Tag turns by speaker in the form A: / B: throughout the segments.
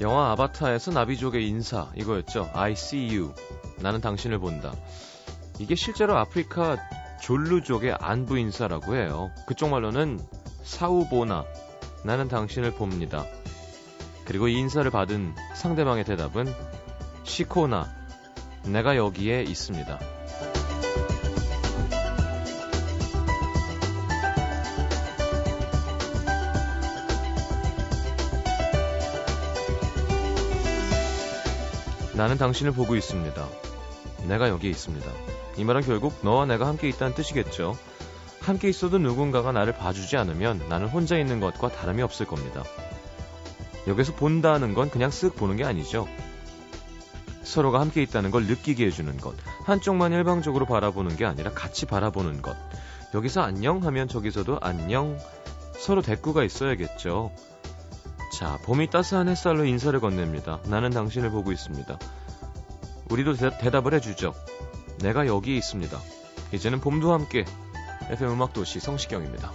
A: 영화 아바타에서 나비족의 인사 이거였죠. I see you. 나는 당신을 본다. 이게 실제로 아프리카 졸루족의 안부 인사라고 해요. 그쪽 말로는 사우보나. 나는 당신을 봅니다. 그리고 이 인사를 받은 상대방의 대답은 시코나. 내가 여기에 있습니다. 나는 당신을 보고 있습니다. 내가 여기에 있습니다. 이 말은 결국 너와 내가 함께 있다는 뜻이겠죠. 함께 있어도 누군가가 나를 봐주지 않으면 나는 혼자 있는 것과 다름이 없을 겁니다. 여기서 본다는 건 그냥 쓱 보는 게 아니죠. 서로가 함께 있다는 걸 느끼게 해주는 것. 한쪽만 일방적으로 바라보는 게 아니라 같이 바라보는 것. 여기서 안녕 하면 저기서도 안녕. 서로 대꾸가 있어야겠죠. 자, 봄이 따스한 햇살로 인사를 건넵니다. 나는 당신을 보고 있습니다. 우리도 대, 답을 해주죠. 내가 여기에 있습니다. 이제는 봄도 함께 FM 음악 도시 성시경입니다.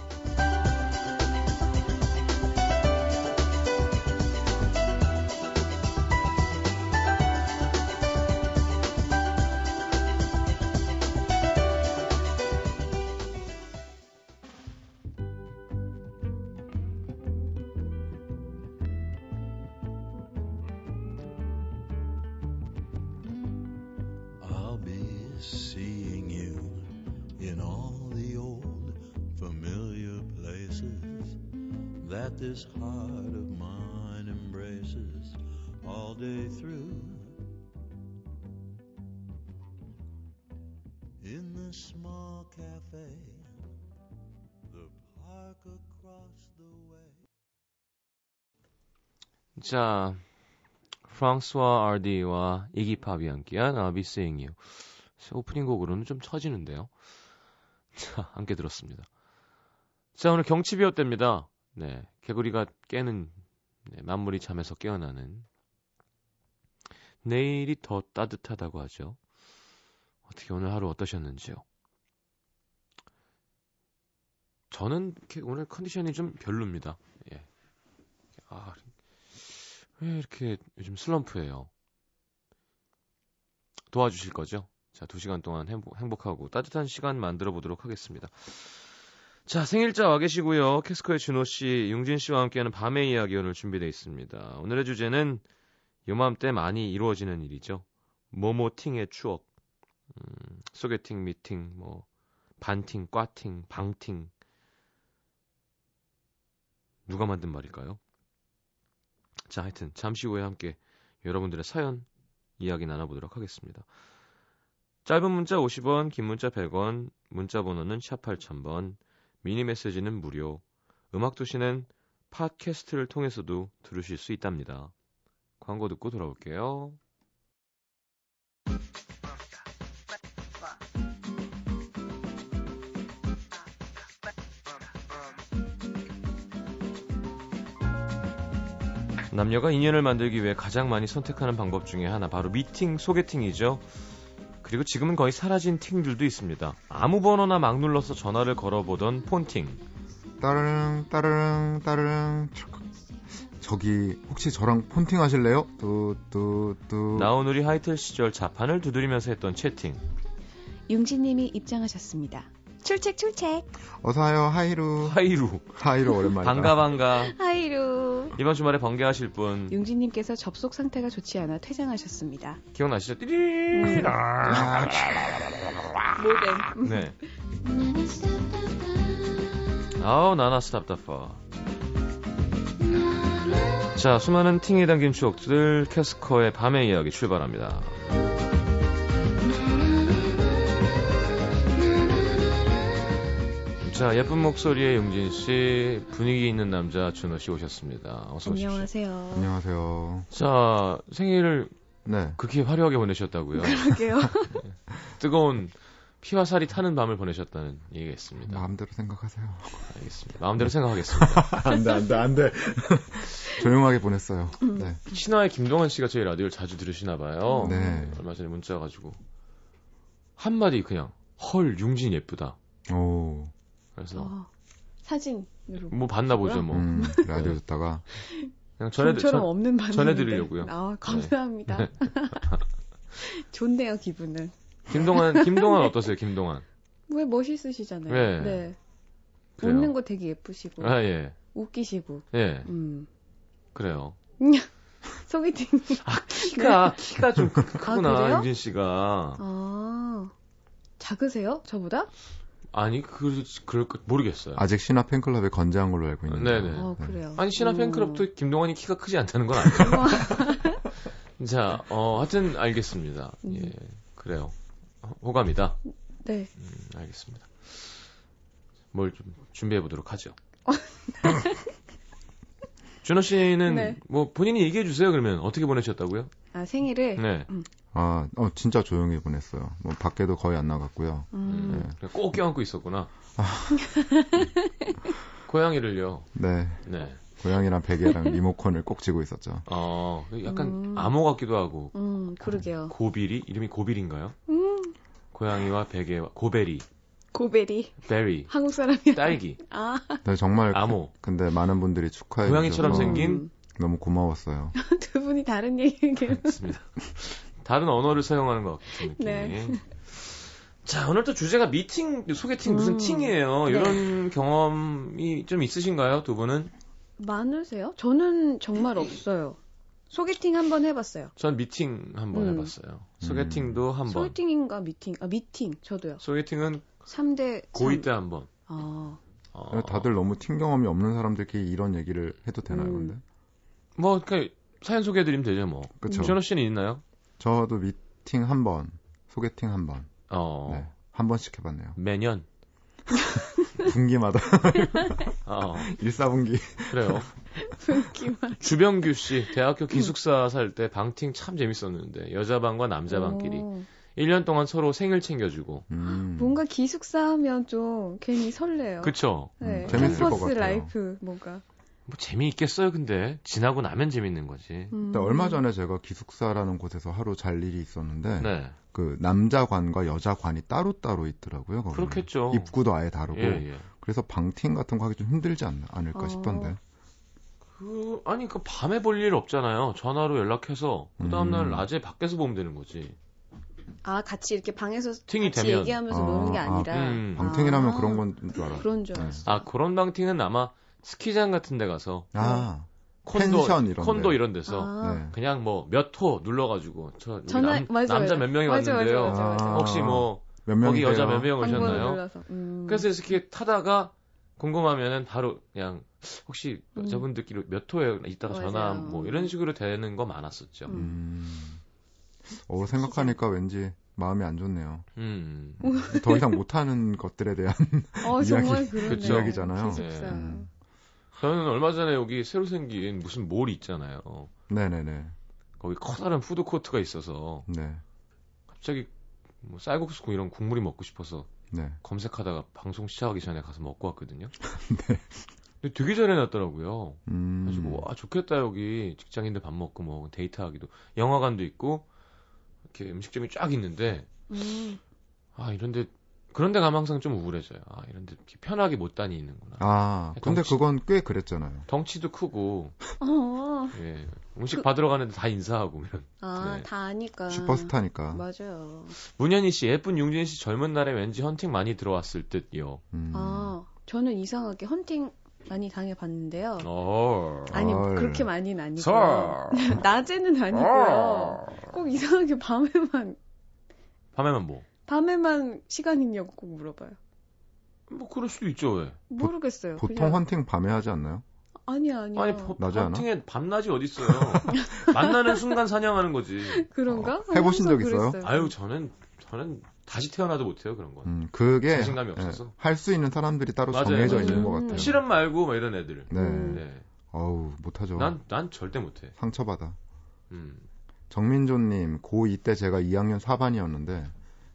A: 자, 프랑스와 RD와 이기팝이 함께한 I'll Be Seeing You. 오프닝 곡으로는 좀 처지는데요. 자, 함께 들었습니다. 자, 오늘 경치비어때입니다. 네, 개구리가 깨는, 네, 만물이 잠에서 깨어나는. 내일이 더 따뜻하다고 하죠. 어떻게 오늘 하루 어떠셨는지요? 저는 오늘 컨디션이 좀 별로입니다. 예. 아, 왜 이렇게 요즘 슬럼프예요? 도와주실 거죠? 자, 두 시간 동안 행복, 하고 따뜻한 시간 만들어 보도록 하겠습니다. 자, 생일자 와 계시고요. 캐스커의 준호 씨, 융진 씨와 함께하는 밤의 이야기 오늘 준비되어 있습니다. 오늘의 주제는 요맘때 많이 이루어지는 일이죠. 모모팅의 추억. 음, 소개팅, 미팅, 뭐 반팅, 꽈팅, 방팅. 누가 만든 말일까요? 자, 하여튼 잠시 후에 함께 여러분들의 사연 이야기 나눠보도록 하겠습니다. 짧은 문자 50원, 긴 문자 100원, 문자 번호는 샵 8000번, 미니 메시지는 무료, 음악도시는 팟캐스트를 통해서도 들으실 수 있답니다. 광고 듣고 돌아올게요. 남녀가 인연을 만들기 위해 가장 많이 선택하는 방법 중에 하나 바로 미팅, 소개팅이죠. 그리고 지금은 거의 사라진 팅들도 있습니다. 아무 번호나 막 눌러서 전화를 걸어보던 폰팅.
B: 따르릉 따르릉 따르릉 저기 혹시 저랑 폰팅 하실래요? 뚜뚜뚜
A: 나오누리 하이틀 시절 자판을 두드리면서 했던 채팅.
C: 융진님이 입장하셨습니다. 출첵 출첵.
B: 어서와요 하이루.
A: 하이루.
B: 하이루 오랜만이다.
A: 반가 반가.
C: 하이루.
A: 이번 주말에 번개하실 분.
C: 융진님께서 접속 상태가 좋지 않아 퇴장하셨습니다.
A: 기억나시죠? 띠리.
C: 모뎀.
A: 네. 아우 나나스 답답하. 자 수많은 팅에 담긴 추억들 캐스커의 밤의 이야기 출발합니다. 자, 예쁜 목소리의 용진 씨, 분위기 있는 남자 준호 씨 오셨습니다. 어서 오십시오.
C: 안녕하세요.
B: 안녕하세요.
A: 자, 생일을
B: 네.
A: 극히 화려하게 보내셨다고요.
C: 그러게요.
A: 뜨거운 피와 살이 타는 밤을 보내셨다는 얘기가 있습니다.
B: 마음대로 생각하세요.
A: 알겠습니다. 마음대로 생각하겠습니다.
B: 안 돼, 안 돼, 안 돼. 조용하게 보냈어요. 네.
A: 신화의 김동완 씨가 저희 라디오를 자주 들으시나 봐요.
B: 네.
A: 얼마 전에 문자 가지고 한마디 그냥 헐 용진 예쁘다.
B: 오.
A: 그래서
C: 어, 사진으로.
A: 음, 뭐 봤나 보죠 뭐.
B: 음, 라디오 듣다가
A: 그냥 전해,
C: 전처럼
A: 전,
C: 없는 반응
A: 전해드리려고요. 네.
C: 아 감사합니다. 좋네요 기분은.
A: 김동완, 김동완 어떠세요, 김동완?
C: 왜 멋있으시잖아요.
A: 네. 그래요.
C: 웃는 거 되게 예쁘시고
A: 아, 예.
C: 웃기시고.
A: 예.
C: 음.
A: 그래요. 네.
C: 소개팅.
A: 아,
C: 네.
A: 키가, 키가 좀 크-
C: 아,
A: 크구나,
C: 그래요?
A: 유진 씨가.
C: 아 작으세요? 저보다?
A: 아니, 그, 그럴, 거- 모르겠어요.
B: 아직 신화 팬클럽에 건재한 걸로 알고 있는데.
A: 네네.
C: 어 그래요.
A: 아니, 신화
C: 음.
A: 팬클럽도 김동완이 키가 크지 않다는 건 알죠. 자, 어, 하여튼 알겠습니다. 예. 그래요. 호- 호감이다.
C: 네.
A: 음, 알겠습니다. 뭘 좀 준비해 보도록 하죠. 준호 씨는
C: 네.
A: 뭐 본인이 얘기해 주세요. 그러면 어떻게 보내셨다고요?
C: 아 생일을.
A: 네.
B: 아, 어, 진짜 조용히 보냈어요. 뭐 밖에도 거의 안 나갔고요.
C: 음.
A: 음, 그냥 꼭 껴안고 있었구나. 고양이를요.
B: 네.
A: 네.
B: 고양이랑 베개랑 리모컨을 꼭 쥐고 있었죠.
A: 어, 약간
C: 음.
A: 암호 같기도 하고
C: 음, 그러게요.
A: 고비리 이름이 고비리인가요?
C: 음.
A: 고양이와 베개와 고베리,
C: 고베리.
A: 베리,
C: 한국 사람이라.
A: 딸기,
C: 아,
B: 네, 정말
A: 암호.
B: 근데 많은 분들이 축하해
A: 고양이처럼
B: 주셔서
A: 생긴 아.
B: 너무 고마웠어요.
C: 음. 두 분이 다른 얘기를.
A: 맞습니다. 다른 언어를 사용하는 것 같은 느낌이.
C: 네.
A: 자, 오늘 또 주제가 미팅, 소개팅 무슨
C: 음,
A: 팅이에요.
C: 네.
A: 이런 경험이 좀 있으신가요, 두 분은?
C: 많으세요? 저는 정말 없어요. 소개팅 한 번 해봤어요.
A: 전 미팅 한번
C: 음.
A: 해봤어요. 소개팅도
B: 음.
A: 한 번.
C: 소개팅인가 미팅? 아, 미팅. 저도요.
A: 소개팅. 은
C: 3대.
A: 고2 때 한 번.
C: 아,
A: 어,
B: 네, 다들 너무 팀 경험이 없는 사람들끼리 이런 얘기를 해도 되나요,
C: 음.
B: 근데?
A: 뭐, 그니까, 사연 소개해드리면 되죠, 뭐.
B: 그쵸.
A: 준호 씨는 있나요?
B: 저도 미팅 한 번, 소개팅 한 번,
A: 어,
B: 네. 한 번씩 해봤네요.
A: 매년.
B: 분기마다,
A: 어,
B: 1사분기.
A: 그래요.
C: 분기만.
A: 주병규 씨, 대학교 기숙사 살 때 방팅 참 재밌었는데, 여자방과 남자방끼리. 음.
C: 오.
A: 1년 동안 서로 생일 챙겨주고.
B: 음.
C: 뭔가 기숙사 하면 좀 괜히 설레요.
A: 그쵸?
C: 네.
B: 음, 재밌을 것
C: 캠퍼스
B: 같아요.
C: 라이프, 뭔가.
A: 뭐 재미있겠어요, 근데. 지나고 나면 재밌는 거지.
C: 음.
B: 근데 얼마 전에 제가 기숙사라는 곳에서 하루 잘 일이 있었는데
A: 네.
B: 그 남자관과 여자관이 따로따로 있더라고요. 거기는.
A: 그렇겠죠.
B: 입구도 아예 다르고
A: 예, 예.
B: 그래서 방팅 같은 거 하기 좀 힘들지 않, 을까
C: 어.
B: 싶던데
A: 그, 아니, 그 밤에 볼 일 없잖아요. 전화로 연락해서, 그 다음날
B: 음.
A: 낮에 밖에서 보면 되는 거지.
C: 아, 같이 이렇게 방에서
A: 팅이
C: 같이
A: 되면.
C: 얘기하면서
B: 아,
C: 노는 게
B: 아,
C: 아니라.
A: 음.
B: 방팅이라면
C: 아.
B: 그런 건 줄 알아.
C: 그런 줄
B: 네.
C: 알았어.
A: 아, 그런 방팅은 아마 스키장 같은 데 가서,
B: 아,
A: 콘도,
B: 펜션 이런
A: 콘도
B: 데.
A: 이런 데서,
C: 아.
B: 네.
A: 그냥 뭐, 몇 호 눌러가지고, 저, 우리
C: 전화-
A: 남,
C: 맞아요.
A: 남자 몇 명이
C: 맞아요,
A: 왔는데요.
C: 맞아요, 맞아요.
B: 아.
A: 혹시 뭐,
B: 몇
A: 거기
B: 명이
A: 여자 몇 명
C: 한 번에
A: 오셨나요?
C: 눌러서. 음.
A: 그래서 이렇게 타다가 궁금하면은 바로 그냥 혹시
C: 음.
A: 여자분들끼리 몇 호에 있다가 전화
C: 맞아요.
A: 뭐 이런 식으로 되는 거 많았었죠.
C: 음.
A: 음.
B: 음. 어, 생각하니까 왠지 마음이 안 좋네요.
A: 음.
C: 오.
B: 더 이상 못하는 것들에 대한
C: 어,
B: 이야기-
C: 정말 그러네.
A: 그쵸.
B: 이야기잖아요.
C: 기숙사.
B: 음.
A: 저는 얼마 전에 여기 새로 생긴 무슨 몰이 있잖아요.
B: 네네네.
A: 거기 커다란 푸드 코트가 있어서
B: 네.
A: 갑자기 뭐 쌀국수 이런 국물이 먹고 싶어서
B: 네.
A: 검색하다가 방송 시작하기 전에 가서 먹고 왔거든요.
C: 네.
A: 근데 되게 잘 해놨더라고요.
B: 음.
A: 가지고 와 좋겠다 여기 직장인들 밥 먹고 뭐 데이트하기도 영화관도 있고 이렇게 음식점이 쫙 있는데
C: 음.
A: 아 이런데 그런데 가면 항상 좀 우울해져요. 아 이런데 이렇게 편하게 못 다니는구나.
B: 아, 근데
A: 덩치-
B: 그건 꽤 그랬잖아요.
A: 덩치도 크고
C: 어.
A: 예, 음식 받으러 가는데 다 인사하고 이런.
C: 아,
A: 네.
C: 다 아니까.
B: 슈퍼스타니까. 음.
C: 맞아요.
A: 문현희 씨 예쁜 용진 씨 젊은 날에 왠지 헌팅 많이 들어왔을 듯요.
B: 음.
C: 아, 저는 이상하게 헌팅 많이 당해봤는데요.
A: 어.
C: 아니, 뭐
B: 헐.
C: 그렇게 많이는 아니고.
A: 설.
C: 낮에는
A: 어.
C: 아니고요. 꼭 이상하게 밤에만,
A: 밤에만 뭐?
C: 밤에만 시간 있냐고 꼭 물어봐요.
A: 뭐 그럴 수도 있죠 왜?
C: 모르겠어요.
B: 보통
C: 그냥-
B: 헌팅 밤에 하지 않나요?
C: 아니야, 아니야.
A: 아니 버-
B: 낮에 하나?
A: 헌팅에 밤낮이 어딨어요? 만나는 순간 사냥하는 거지.
C: 음. 그런가?
B: 어, 해보신 적
C: 항상
B: 있어요?
C: 그랬어요.
A: 아유 저는 저는 다시 태어나도 못해요 그런 건.
B: 음, 그게
A: 자신감이 없어서?
B: 할 수 있는 사람들이 따로
A: 맞아요,
B: 정해져
C: 맞아요.
B: 있는 것
C: 음.
B: 같아요.
A: 실험 말고 막 이런 애들.
B: 네.
C: 음.
A: 네.
B: 어우, 못하죠.
A: 난, 난 절대 못해.
B: 상처받아.
A: 음.
B: 정민조님, 고2 때 제가 2학년 4반이었는데,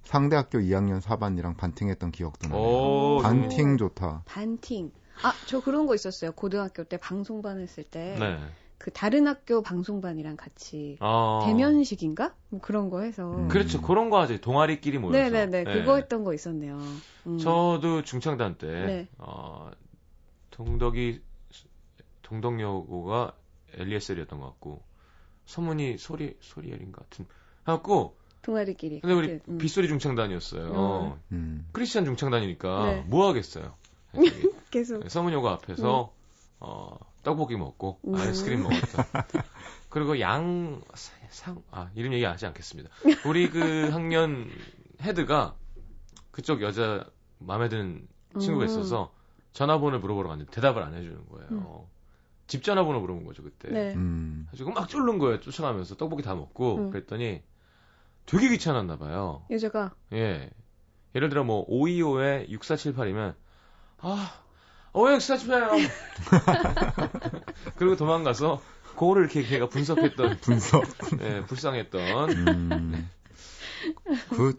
B: 상대학교 2학년 4반이랑 반팅했던 기억도 나요.
A: 오,
C: 반-
A: 네.
B: 음. 반팅 좋다.
C: 반팅. 아, 저 그런 거 있었어요. 고등학교 때 방송반 했을 때.
A: 네.
C: 그 다른 학교 방송반이랑 같이.
A: 아.
C: 대면식인가? 뭐 그런 거 해서.
B: 음.
A: 그렇죠. 그런 거 하지. 동아리끼리 모여서.
C: 네네네.
A: 네.
C: 그거 했던 거 있었네요. 음.
A: 저도 중창단 때,
C: 네.
A: 어, 동덕이, 동덕여고가 엘리에셀이었던 것 같고 서문이 소리 소리엘인 것 같은 해갖고
C: 동아리끼리.
A: 근데 우리
C: 같은, 음.
A: 빗소리 중창단이었어요.
C: 어.
B: 음.
A: 크리스찬 중창단이니까
C: 네.
A: 뭐 하겠어요. 저기
C: 계속.
A: 서문여고 앞에서 어, 떡볶이 먹고
C: 음.
A: 아이스크림 먹었다. 그리고 양상아 이런 얘기 하지 않겠습니다. 우리 그 학년 헤드가 그쪽 여자 마음에 드는 네, 친구가
C: 음.
A: 있어서 전화번호 물어보러 갔는데 대답을 안 해주는 거예요. 집 전화번호 물어본 거죠 그때.
C: 네.
B: 음.
A: 가지고 막 쫄른 거예요 쫓아가면서 떡볶이 다 먹고
C: 음.
A: 그랬더니 되게 귀찮았나 봐요.
C: 여자가
A: 예. 예를 들어 뭐 525에 6478이면 아, 어, 6478이요. 그리고 도망가서 그거를 이렇게 걔가 분석했던
B: 분석.
A: 예, 불쌍했던
B: 음. 그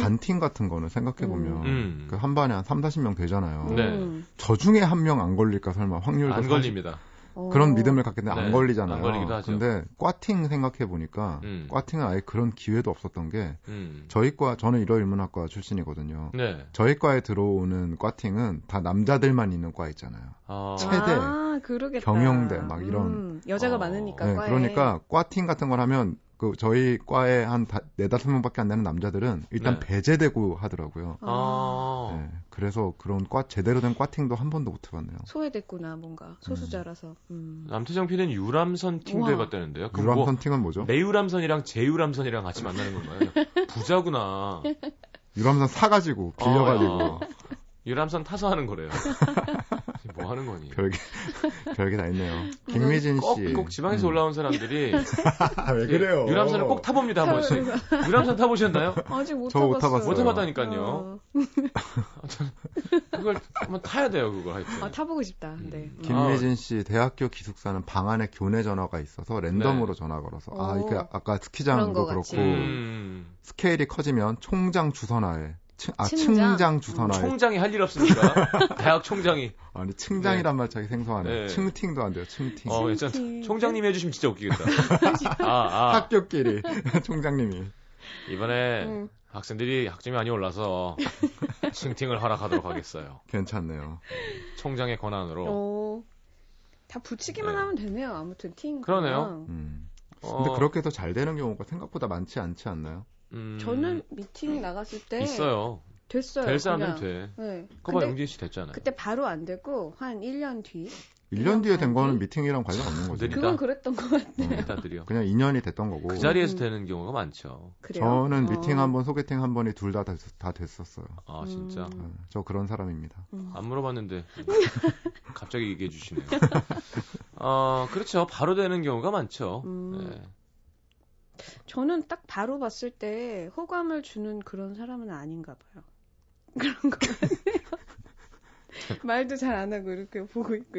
B: 반팀 같은 거는 생각해 보면
A: 음.
B: 그 한 반에 한 3, 40명 되잖아요.
A: 네.
C: 음.
B: 저 중에 한 명 안 걸릴까 설마 확률도
A: 안
B: 40
A: 걸립니다.
C: 어.
B: 그런 믿음을 갖겠는데
A: 네,
B: 안 걸리잖아요.
A: 안 걸리기도 하죠.
B: 근데 과팅 생각해 보니까
A: 음.
B: 과팅은 아예 그런 기회도 없었던 게
A: 음.
B: 저희 과 저는 일어일문학과 출신이거든요.
A: 네.
B: 저희 과에 들어오는 과팅은 다 남자들만 있는 과 있잖아요.
A: 아,
B: 참- 체대,
C: 아, 그러겠다.
B: 경영대, 막 이런.
C: 음, 여자가
A: 어.
C: 많으니까
B: 네,
C: 과에.
B: 그러니까 과팅 같은 걸 하면 그 저희 과에 한 다- 네다섯 명밖에 안 되는 남자들은 일단
A: 네.
B: 배제되고 하더라고요.
C: 아,
A: 아.
B: 네, 그래서 그런 과 제대로 된 과팅도 한 번도 못 해봤네요.
C: 소외됐구나 뭔가 소수자라서. 음.
A: 남태정 PD는 유람선 팀도
C: 우와.
A: 해봤다는데요. 그럼
B: 유람
A: 뭐
B: 선팅은 뭐죠?
A: 내유람선이랑 제유람선이랑 같이 만나는 건가요? 부자구나.
B: 유람선 사가지고 빌려가지고
A: 어, 야. 유람선 타서 하는 거래요. 뭐 하는 거니?
B: 별게 별게 다 있네요. 김미진
A: 꼭,
B: 씨. 음.
A: 꼭 지방에서 올라온 사람들이
C: 네,
B: 아, 왜
A: 예, 유람선을 꼭 타봅니다 아, 한 번씩. 유람선 타보셨나요?
C: 아직 못
B: 저못
C: 타봤어요.
A: 못
B: 못 타봤어요.
A: 타봤다니까요. 그걸 한번 타야 돼요 그걸
C: 어, 아,
A: 하여튼.
C: 타보고 싶다. 네.
A: 음.
C: 음.
B: 김미진 씨 대학교 기숙사는 방 안에 교내 전화가 있어서 랜덤으로 전화 걸어서 아
C: 오.
B: 이게 아까
C: 그런 거
B: 스키장도
C: 같이.
B: 그렇고
A: 네. 음,
B: 스케일이 커지면 총장 주선화에 층, 아
C: 층장?
B: 층장 주선화에
A: 총장이 할 일 없습니까? 대학 총장이.
B: 아니 어, 층장이란 말차기 생소하네.
A: 네.
B: 요 층팅도 안 돼요. 층팅.
A: 어,
C: 음.
A: 예, 전 총장님이 해주시면 진짜 웃기겠다. 아, 아
B: 학교끼리 총장님이 네.
A: 이번에
C: 음.
A: 학생들이 학점이 많이 올라서 칭팅을 허락하도록 하겠어요.
B: 괜찮네요.
A: 총장의 권한으로.
C: 어. 다 붙이기만
A: 네.
C: 하면 되네요. 아무튼 팅.
A: 그러네요.
B: 음.
A: 어,
B: 근데 그렇게 해서 잘 되는 경우가 생각보다 많지 않지 않나요?
A: 음,
C: 저는 미팅 나갔을 때
A: 있어요.
C: 됐어요.
A: 될 사람은
C: 그냥.
A: 돼.
C: 네.
A: 그봐
C: 근데
A: 용진 씨 됐잖아요.
C: 그때 바로 안 됐고 한 1년 뒤.
B: 1년 뒤에 된
C: 아니.
B: 거는 미팅이랑 관련 없는 거죠.
A: 느리다.
C: 그건 그랬던 것 같아요.
B: 음.
A: 일단들이요.
B: 그냥 인연이 됐던 거고.
A: 그 자리에서
C: 음.
A: 되는 경우가 많죠.
C: 그래요?
B: 저는
C: 어.
B: 미팅 한 번, 소개팅 한 번이 둘 다 다 됐었어요.
A: 아 진짜
C: 음.
B: 예, 저 그런 사람입니다.
C: 음.
A: 안 물어봤는데 갑자기 얘기해 주시네요. 어 그렇죠. 바로 되는 경우가 많죠.
C: 음.
A: 네.
C: 저는 딱 바로 봤을 때 호감을 주는 그런 사람은 아닌가 봐요. 그런 거 같네요. 말도 잘 안 하고 이렇게 보고 있고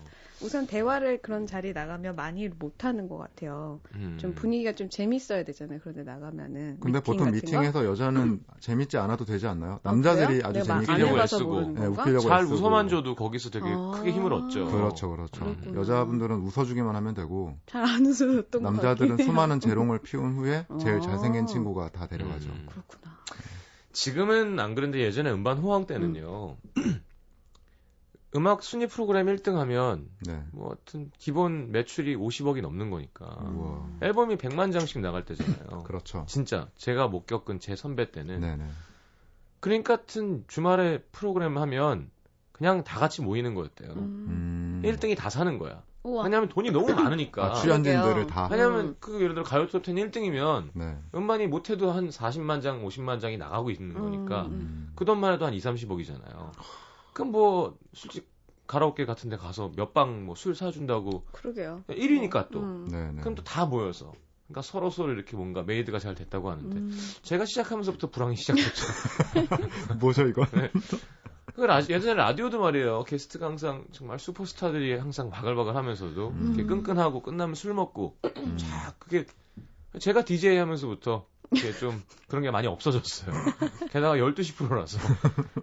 A: 어,
C: 우선 대화를 그런 자리 나가면 많이 못 하는 것 같아요.
A: 음.
C: 좀 분위기가 좀 재밌어야 되잖아요. 그런데 나가면은
B: 근데 보통
C: 같은 거? 어,
B: 미팅에서
A: 음.
B: 여자는 재밌지 않아도 되지 않나요? 남자들이
C: 그래요? 네,
B: 아주
C: 내가 막
B: 재밌게
C: 안
A: 웃기려고
C: 해봐서
A: 애쓰고.
C: 모르는
B: 예,
C: 건가?
B: 웃기려고
A: 잘
B: 애쓰고.
A: 웃어만 줘도 거기서 되게 크게 힘을
C: 아.
A: 얻죠.
B: 그렇죠, 그렇죠.
A: 그랬구나.
B: 여자분들은 웃어주기만 하면 되고
C: 잘 안 웃어줬던 것
B: 남자들은
C: 같긴 해요.
B: 수많은 재롱을 피운 후에 제일
C: 어.
B: 잘생긴 친구가 다 데려가죠.
A: 음.
C: 그렇구나.
A: 지금은 안 그런데 예전에 음반 호황 때는요. 음악 순위 프로그램 1등 하면
B: 네.
A: 뭐 하여튼 기본 매출이 50억이 넘는 거니까
B: 아, 우와.
A: 앨범이 100만 장씩 나갈 때잖아요.
B: 음. 그렇죠.
A: 진짜 제가 못 겪은 제 선배 때는
B: 네, 네.
A: 그림 같은 주말에 프로그램 하면 그냥 다 같이 모이는 거였대요.
B: 음.
C: 음.
A: 1등이 다 사는 거야.
C: 우와.
A: 왜냐하면 돈이 너무 많으니까.
B: 아, 출연진들을 다.
C: 그러게요.
A: 왜냐면
C: 음.
A: 그 예를 들어 가요톱 10 1등이면
B: 네.
A: 음반이 못해도 한 40만 장, 50만 장이 나가고 있는
C: 음.
A: 거니까
B: 음.
A: 그 돈만 해도 한 2, 30억이잖아요. 그럼 뭐 솔직히 가라오케 같은 데 가서 몇 방 뭐 술 사준다고
C: 그러게요.
A: 1위니까 또
C: 음.
B: 네, 네.
A: 그럼 또 다 모여서 그러니까 서로 서로 이렇게 뭔가 메이드가 잘 됐다고 하는데
C: 음.
A: 제가 시작하면서부터 불황이 시작됐죠.
B: 뭐죠 이거?
A: 그 라, 예전에 라디오도 말이에요. 게스트가 항상 정말 슈퍼스타들이 항상 바글바글 하면서도
B: 음.
A: 이렇게 끈끈하고 끝나면 술 먹고
B: 음.
A: 자 그게 제가 DJ 하면서부터 이게 좀 그런 게 많이 없어졌어요. 게다가 12시 프로라서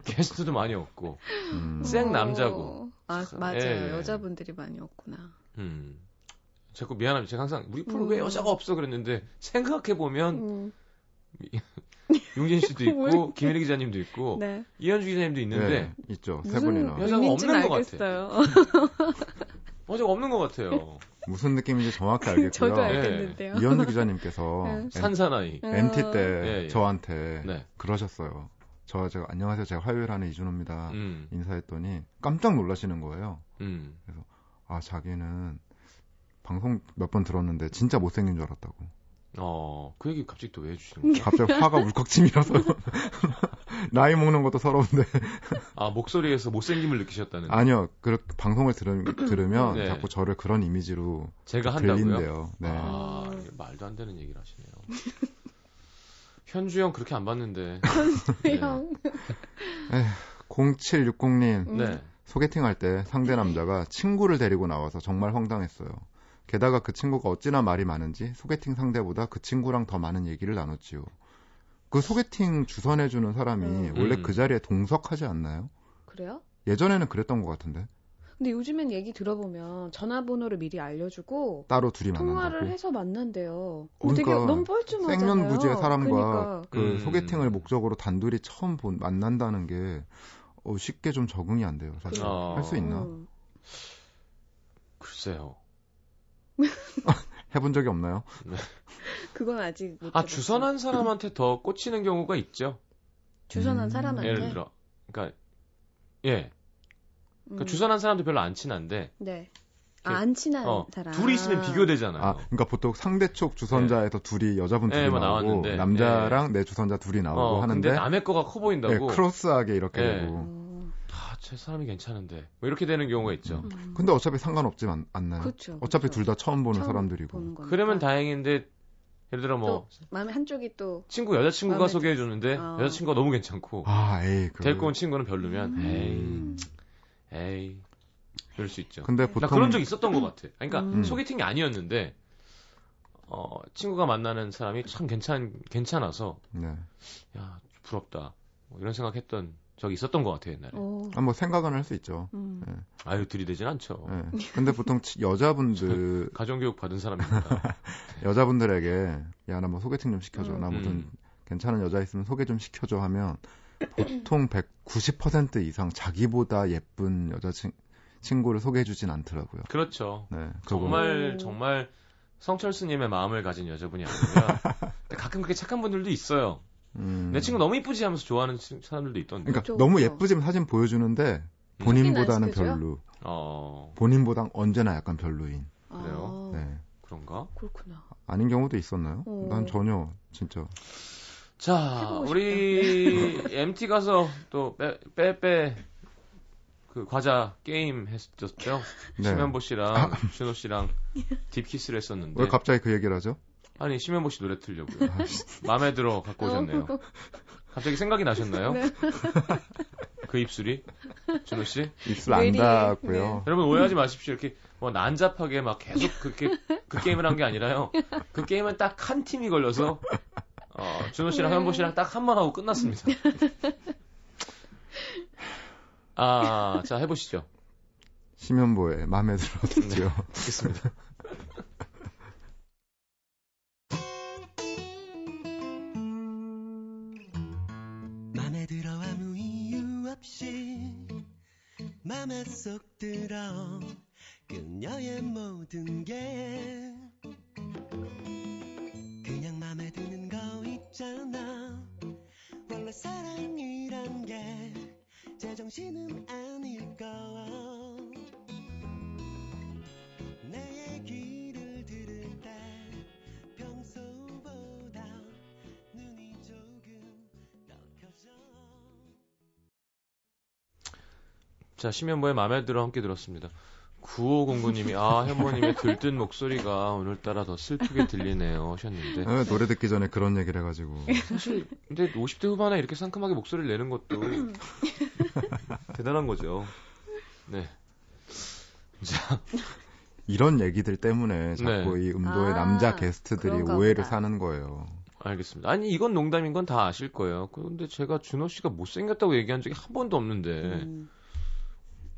A: 게스트도 많이 없고
B: 음.
A: 쌩 남자고.
C: 어. 아, 맞아요.
A: 예.
C: 여자분들이 많이 없구나.
A: 음. 자꾸 미안합니다. 제가 항상 우리 프로
C: 음.
A: 왜 여자가 없어 그랬는데 생각해 보면
C: 음.
A: 용진 씨도
C: 왜
A: 있고 김일희 기자님도 있고
C: 네.
A: 이현주 기자님도 있는데
B: 네, 있죠. 어, 세
C: 무슨
B: 분이나.
A: 여자가
C: 의미인지는
A: 없는 것
C: 알겠어요.
A: 본 적 없는 것 같아요.
B: 무슨 느낌인지 정확히 알겠고요. 네.
C: 저도
A: 알-
C: 알겠는데요.
B: 이현우 기자님께서
C: 네.
A: 산사나이.
C: 어,
B: MT 때
A: 예, 예.
B: 저한테
A: 네.
B: 그러셨어요. 저 제가 안녕하세요. 제가 화요일 하는 이준호입니다.
A: 음,
B: 인사했더니 깜짝 놀라시는 거예요.
A: 음.
B: 아 자기는 방송 몇 번 들었는데 진짜 못생긴 줄 알았다고.
A: 어, 그 얘기 갑자기 또 왜 해주시는 거죠?
B: 갑자기 화가 울컥침이라서 나이 먹는 것도 서러운데
A: 아, 목소리에서 못생김을 느끼셨다는.
B: 아니요. 그렇게 방송을 들으, 들으면
A: 네.
B: 자꾸 저를 그런 이미지로
A: 제가 한다고요?
B: 들린대요. 네.
A: 아, 이게 말도 안 되는 얘기를 하시네요. 현주 형 그렇게 안 봤는데. 네.
C: 음. 형.
B: 0760님
C: 음.
A: 네.
B: 소개팅 할 때 상대 남자가 친구를 데리고 나와서 정말 황당했어요. 게다가 그 친구가 어찌나 말이 많은지 소개팅 상대보다 그 친구랑 더 많은 얘기를 나눴지요. 그 소개팅 주선해주는 사람이
C: 음.
B: 원래
A: 음.
B: 그 자리에 동석하지 않나요?
C: 그래요?
B: 예전에는 그랬던 것 같은데
C: 근데 요즘엔 얘기 들어보면 전화번호를 미리 알려주고
B: 따로 둘이
C: 통화를
B: 만난다고
C: 해서 만난대요.
B: 그러니까
C: 되게 너무 뻘쭘하잖아요.
B: 생년무지의 사람과
C: 그러니까.
B: 그
A: 음.
B: 소개팅을 목적으로 단둘이 처음 본, 만난다는 게 어, 쉽게 좀 적응이 안 돼요. 사실
A: 어.
B: 할 수 있나?
C: 음.
A: 글쎄요.
B: 해본 적이 없나요?
C: 그건 아직 못
A: 아,
C: 해봤어요.
A: 주선한 사람한테 더 꽂히는 경우가 있죠.
C: 주선한
B: 음.
C: 사람한테.
A: 예를 들어. 그러니까, 예. 그러니까
C: 음.
A: 주선한 사람도 별로 안 친한데,
C: 네. 아, 안 친한
A: 어,
C: 사람.
A: 둘이 있으면 비교되잖아요. 어,
B: 아, 그러니까 보통 상대 쪽 주선자에서 둘이 여자분
A: 예,
B: 둘이
A: 네. 뭐
B: 나오고
A: 나왔는데. 네.
B: 남자랑 내 주선자 둘이 나오고
A: 어,
B: 하는데
A: 근데 남의 거가 커
B: 예,
A: 보인다고.
B: 크로스하게 이렇게
A: 예.
B: 되고.
C: 어,
A: 아, 제 사람이 괜찮은데. 뭐 이렇게 되는 경우가 있죠.
B: 음.
C: 음.
B: 근데 어차피 상관없지 않, 않나요?
C: 그쵸,
B: 어차피
C: 그렇죠, 그쵸.
B: 둘 다 처음 보는
C: 처음
B: 사람들이고.
C: 보는 거니까.
A: 그러면 다행인데, 예를 들어 뭐,
C: 마음에 한쪽이 또
A: 친구, 여자친구가
C: 마음에 들-
A: 소개해주는데,
C: 아.
A: 여자친구가 너무 괜찮고,
B: 아, 에이, 그.
A: 데리고 온 친구는 별로면,
C: 음.
A: 에이, 에이. 이럴 수 있죠.
B: 근데
A: 나
B: 보통
A: 그런 적 있었던 것 같아. 아니, 그러니까
C: 음.
A: 소개팅이 아니었는데 어, 친구가 만나는 사람이 참 괜찮 괜찮아서
B: 네.
A: 야 부럽다 뭐 이런 생각했던 적이 있었던 것 같아 옛날에.
C: 어,
B: 아, 네. 뭐 생각은 할 수 있죠.
C: 음.
A: 아유 들이대진 않죠.
B: 예. 근데 보통 치- 여자분들
A: 가정교육 받은 사람입니다.
B: 여자분들에게 야 나 뭐 소개팅 좀 시켜줘. 나 무슨
A: 음.
B: 괜찮은 여자 있으면 소개 좀 시켜줘 하면 보통 190% 이상 자기보다 예쁜 여자 친, 친구를 소개해주진 않더라고요.
A: 그렇죠.
B: 네, 그거
A: 정말
C: 오.
A: 정말 성철스님의 마음을 가진 여자분이 아니면 가끔 그렇게 착한 분들도 있어요.
B: 음.
A: 내 친구 너무 이쁘지 하면서 좋아하는 친- 사람들도 있던데.
B: 그러니까
C: 그쵸,
B: 너무
C: 그쵸.
B: 예쁘지만 사진 보여주는데
A: 음.
B: 본인보다는
C: 소개는 안
B: 별로,
A: 어
B: 본인보다 언제나 약간 별로인.
A: 그래요?
C: 아,
B: 네.
A: 그런가?
C: 그렇구나.
B: 아닌 경우도 있었나요?
C: 어.
B: 난 전혀 진짜.
A: 자,
C: 해보고
A: 우리 MT 가서 또 빼빼빼 그 과자 게임 했었죠.
B: 네.
A: 심현보 씨랑 준호 씨랑 딥키스를 했었는데
B: 왜 갑자기 그 얘기를 하죠?
A: 아니 심현보 씨 노래 틀려고요.
B: 아,
A: 마음에 들어 갖고 오셨네요. 갑자기 생각이 나셨나요?
C: 네.
A: 그 입술이 준호 씨
B: 입술
C: 뇌리에, 네.
B: 안 닿았고요.
A: 여러분 오해하지 마십시오. 이렇게 뭐 난잡하게 막 계속 그렇게 그 게임을 한 게 아니라요. 그 게임은 딱 한 팀이 걸려서 어, 준호 씨랑 현보 씨랑 딱 한 번 하고 끝났습니다. 아, 자 해보시죠.
B: 심현보의 마음에 들었지요.
A: 듣겠습니다.
D: 맘에 들어 아무 이유 없이 맘에 쏙 들어 그녀의 모든 게 그냥 맘에 드는 거 있잖아 원래 사랑이란 게 제정신은 아닐 거야 내 얘기를 들을 때 평소보다 눈이 조금 더 커져
A: 자 심현보의 마음에 들어 함께 들었습니다. 9509님이 아 현보님의 들뜬 목소리가 오늘따라 더 슬프게 들리네요 하셨는데
B: 네, 노래 듣기 전에 그런 얘기를 해가지고.
A: 사실 근데 50대 후반에 이렇게 상큼하게 목소리를 내는 것도 대단한 거죠. 네. 자,
B: 이런 얘기들 때문에 자꾸
A: 네.
B: 이 음도의
C: 아,
B: 남자 게스트들이
C: 그런가
B: 오해를
C: 보다.
B: 사는 거예요.
A: 알겠습니다. 아니 이건 농담인 건 다 아실 거예요. 그런데 제가 준호 씨가 못생겼다고 얘기한 적이 한 번도 없는데
C: 음.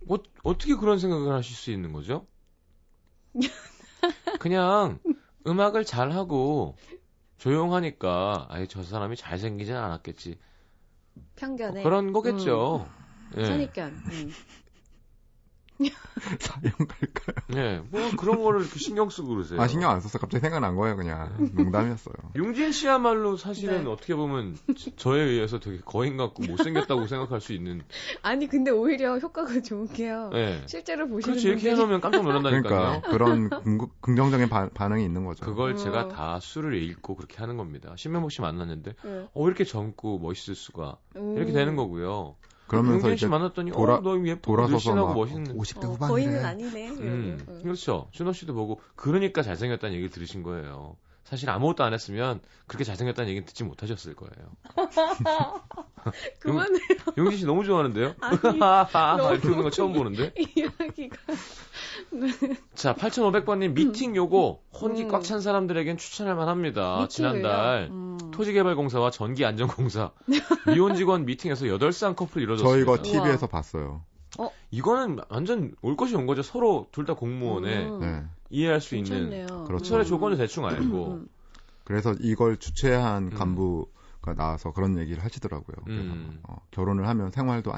A: 어, 어떻게 그런 생각을 하실 수 있는 거죠? 그냥 음악을 잘 하고 조용하니까 아예 저 사람이 잘생기진 않았겠지
C: 편견에
A: 어,
C: 음.
A: 그런 거겠죠. 예.
C: 선입견. 음.
B: 사형 갈까요?
A: 네, 뭐 그런 거를 이렇게 신경 쓰고 그러세요.
B: 아 신경 안 썼어. 갑자기 생각난 거예요, 그냥
A: 네.
B: 농담이었어요.
A: 융진 씨야말로 사실은
C: 네.
A: 어떻게 보면 저- 저에 의해서 되게 거인 같고 못생겼다고 생각할 수 있는.
C: 아니 근데 오히려 효과가 좋은 게요.
A: 네.
C: 실제로 보시는
A: 그렇지 이렇게
C: 분들이
A: 해놓으면 깜짝
B: 그러니까
A: 놀란다니까요.
B: 그런 긍- 긍정적인 바- 반응이 있는 거죠.
A: 그걸 제가
C: 어.
A: 다 수를 읽고 그렇게 하는 겁니다. 신명복 씨 만났는데
C: 네.
A: 어 이렇게 젊고 멋있을 수가
C: 음.
A: 이렇게 되는 거고요.
B: 그러면서
A: 융진 씨
B: 이제
A: 만났더니
B: 돌아-
A: 어너 예쁘고
B: 돌아서서
A: 늘씬하고
B: 막
A: 멋있는.
B: 50대
C: 어,
B: 후반이래.
C: 거인은 아니네.
A: 음,
C: 이러고.
A: 그렇죠. 준호 씨도 보고 그러니까 잘생겼다는 얘기를 들으신 거예요. 사실 아무것도 안 했으면 그렇게 잘생겼다는 얘기는 듣지 못하셨을 거예요.
C: 그만해
A: 용진 씨 너무 좋아하는데요?
C: 아니,
A: 하하하
C: 너무
A: 이렇게 웃는 거 처음 보는데.
C: 이야기가.
A: 자, 8,500번님 미팅 요거 혼기
C: 음.
A: 꽉 찬 사람들에겐 추천할 만합니다. 지난달
C: 음.
A: 토지개발공사와 전기안전공사 미혼 직원 미팅에서 8쌍 커플 이뤄졌습니다.
B: 저 이거
C: 티-
B: TV에서 봤어요.
A: 이거는 완전 올 것이 온 거죠. 서로 둘 다 공무원에
C: 음.
B: 네.
A: 이해할 수 있는
C: 괜찮네요.
B: 그렇죠.
A: 서로의 조건을 대충 알고
C: 음.
B: 그래서 이걸 주최한
A: 음.
B: 간부가 나와서 그런 얘기를 하시더라고요. 그래서
A: 음.
B: 어, 결혼을 하면 생활도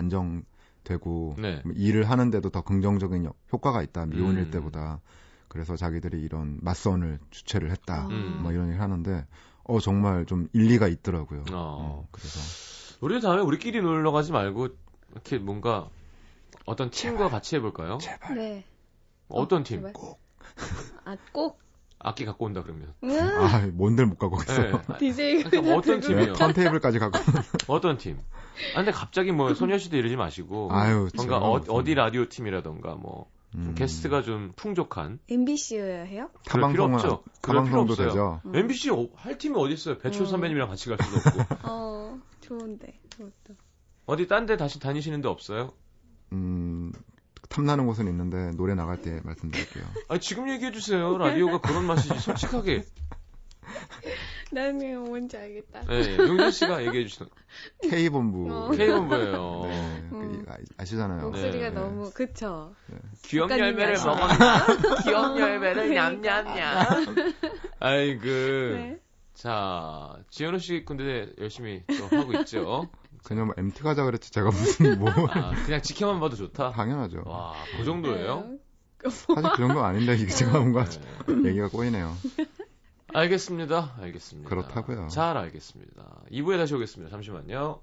B: 안정되고 뭐
A: 네.
B: 일을 하는데도 더 긍정적인 여- 효과가 있다 미혼일
A: 음.
B: 때보다 그래서 자기들이 이런 맞선을 주최를 했다
A: 음.
B: 뭐 이런 얘기를 하는데 어 정말 좀 일리가 있더라고요.
A: 어.
B: 어, 그래서
A: 우리 다음에 우리끼리 놀러 가지 말고 이렇게 뭔가 어떤 팀과 같이 해볼까요?
B: 제발
C: 네.
A: 어떤 팀?
C: 제발.
B: 꼭.
C: 아, 꼭.
A: 악기 갖고 온다 그러면.
C: 응.
B: 아 뭔들 못 가고
A: 네.
B: 있어요.
A: 아,
C: DJ가
A: 그러니까 뭐 어떤 팀이에요?
B: 턴테이블까지 가고
A: 어떤 팀? 아, 근데 갑자기 뭐 소녀시대 이러지 마시고
B: 아유
A: 뭔가 어, 어디 라디오 팀이라던가 뭐
B: 음.
A: 좀 게스트가 좀 풍족한
C: MBC여야 해요?
A: 그럴 필요
B: 타방송은
A: 없죠. 그럴 필요
B: 타방송도
A: 없어요.
B: 되죠.
C: 음.
A: MBC 어- 할 팀이 어디 있어요? 배출
C: 음.
A: 선배님이랑 같이 갈 수도 없고
C: 어, 좋은데. 그것도.
A: 어디 딴 데 다시 다니시는 데 없어요?
B: 음, 탐나는 곳은 있는데 노래 나갈 때 말씀드릴게요.
A: 아 지금 얘기해 주세요. 라디오가 그런 맛이지 솔직하게.
C: 나는 뭔지 알겠다.
A: 네, 용진 씨가 얘기해 주시는
B: K 본부.
C: 어.
A: K 본부예요.
B: 네, 그
C: 음.
B: 아- 아시잖아요.
A: 네.
C: 목소리가 너무 그쵸?
A: 귀염
C: 작가님이
A: 열매를
C: 하시는
A: 먹었나? 귀염 열매를
C: 그러니까.
A: 냠냠냠. 아이고.
C: 네.
A: 자, 지현우 씨 군대 열심히 또 하고 있죠.
B: 그냥 뭐 MT 가자 그랬지 제가 무슨 뭐
A: 아, 그냥 지켜만 봐도 좋다.
B: 당연하죠.
A: 와, 그 정도예요?
C: 네.
B: 사실 그 정도는 아닌데 이게 제가 뭔가
A: 네.
B: 얘기가 꼬이네요.
A: 알겠습니다. 알겠습니다.
B: 그렇다고요.
A: 잘 알겠습니다. 2부에 다시 오겠습니다. 잠시만요.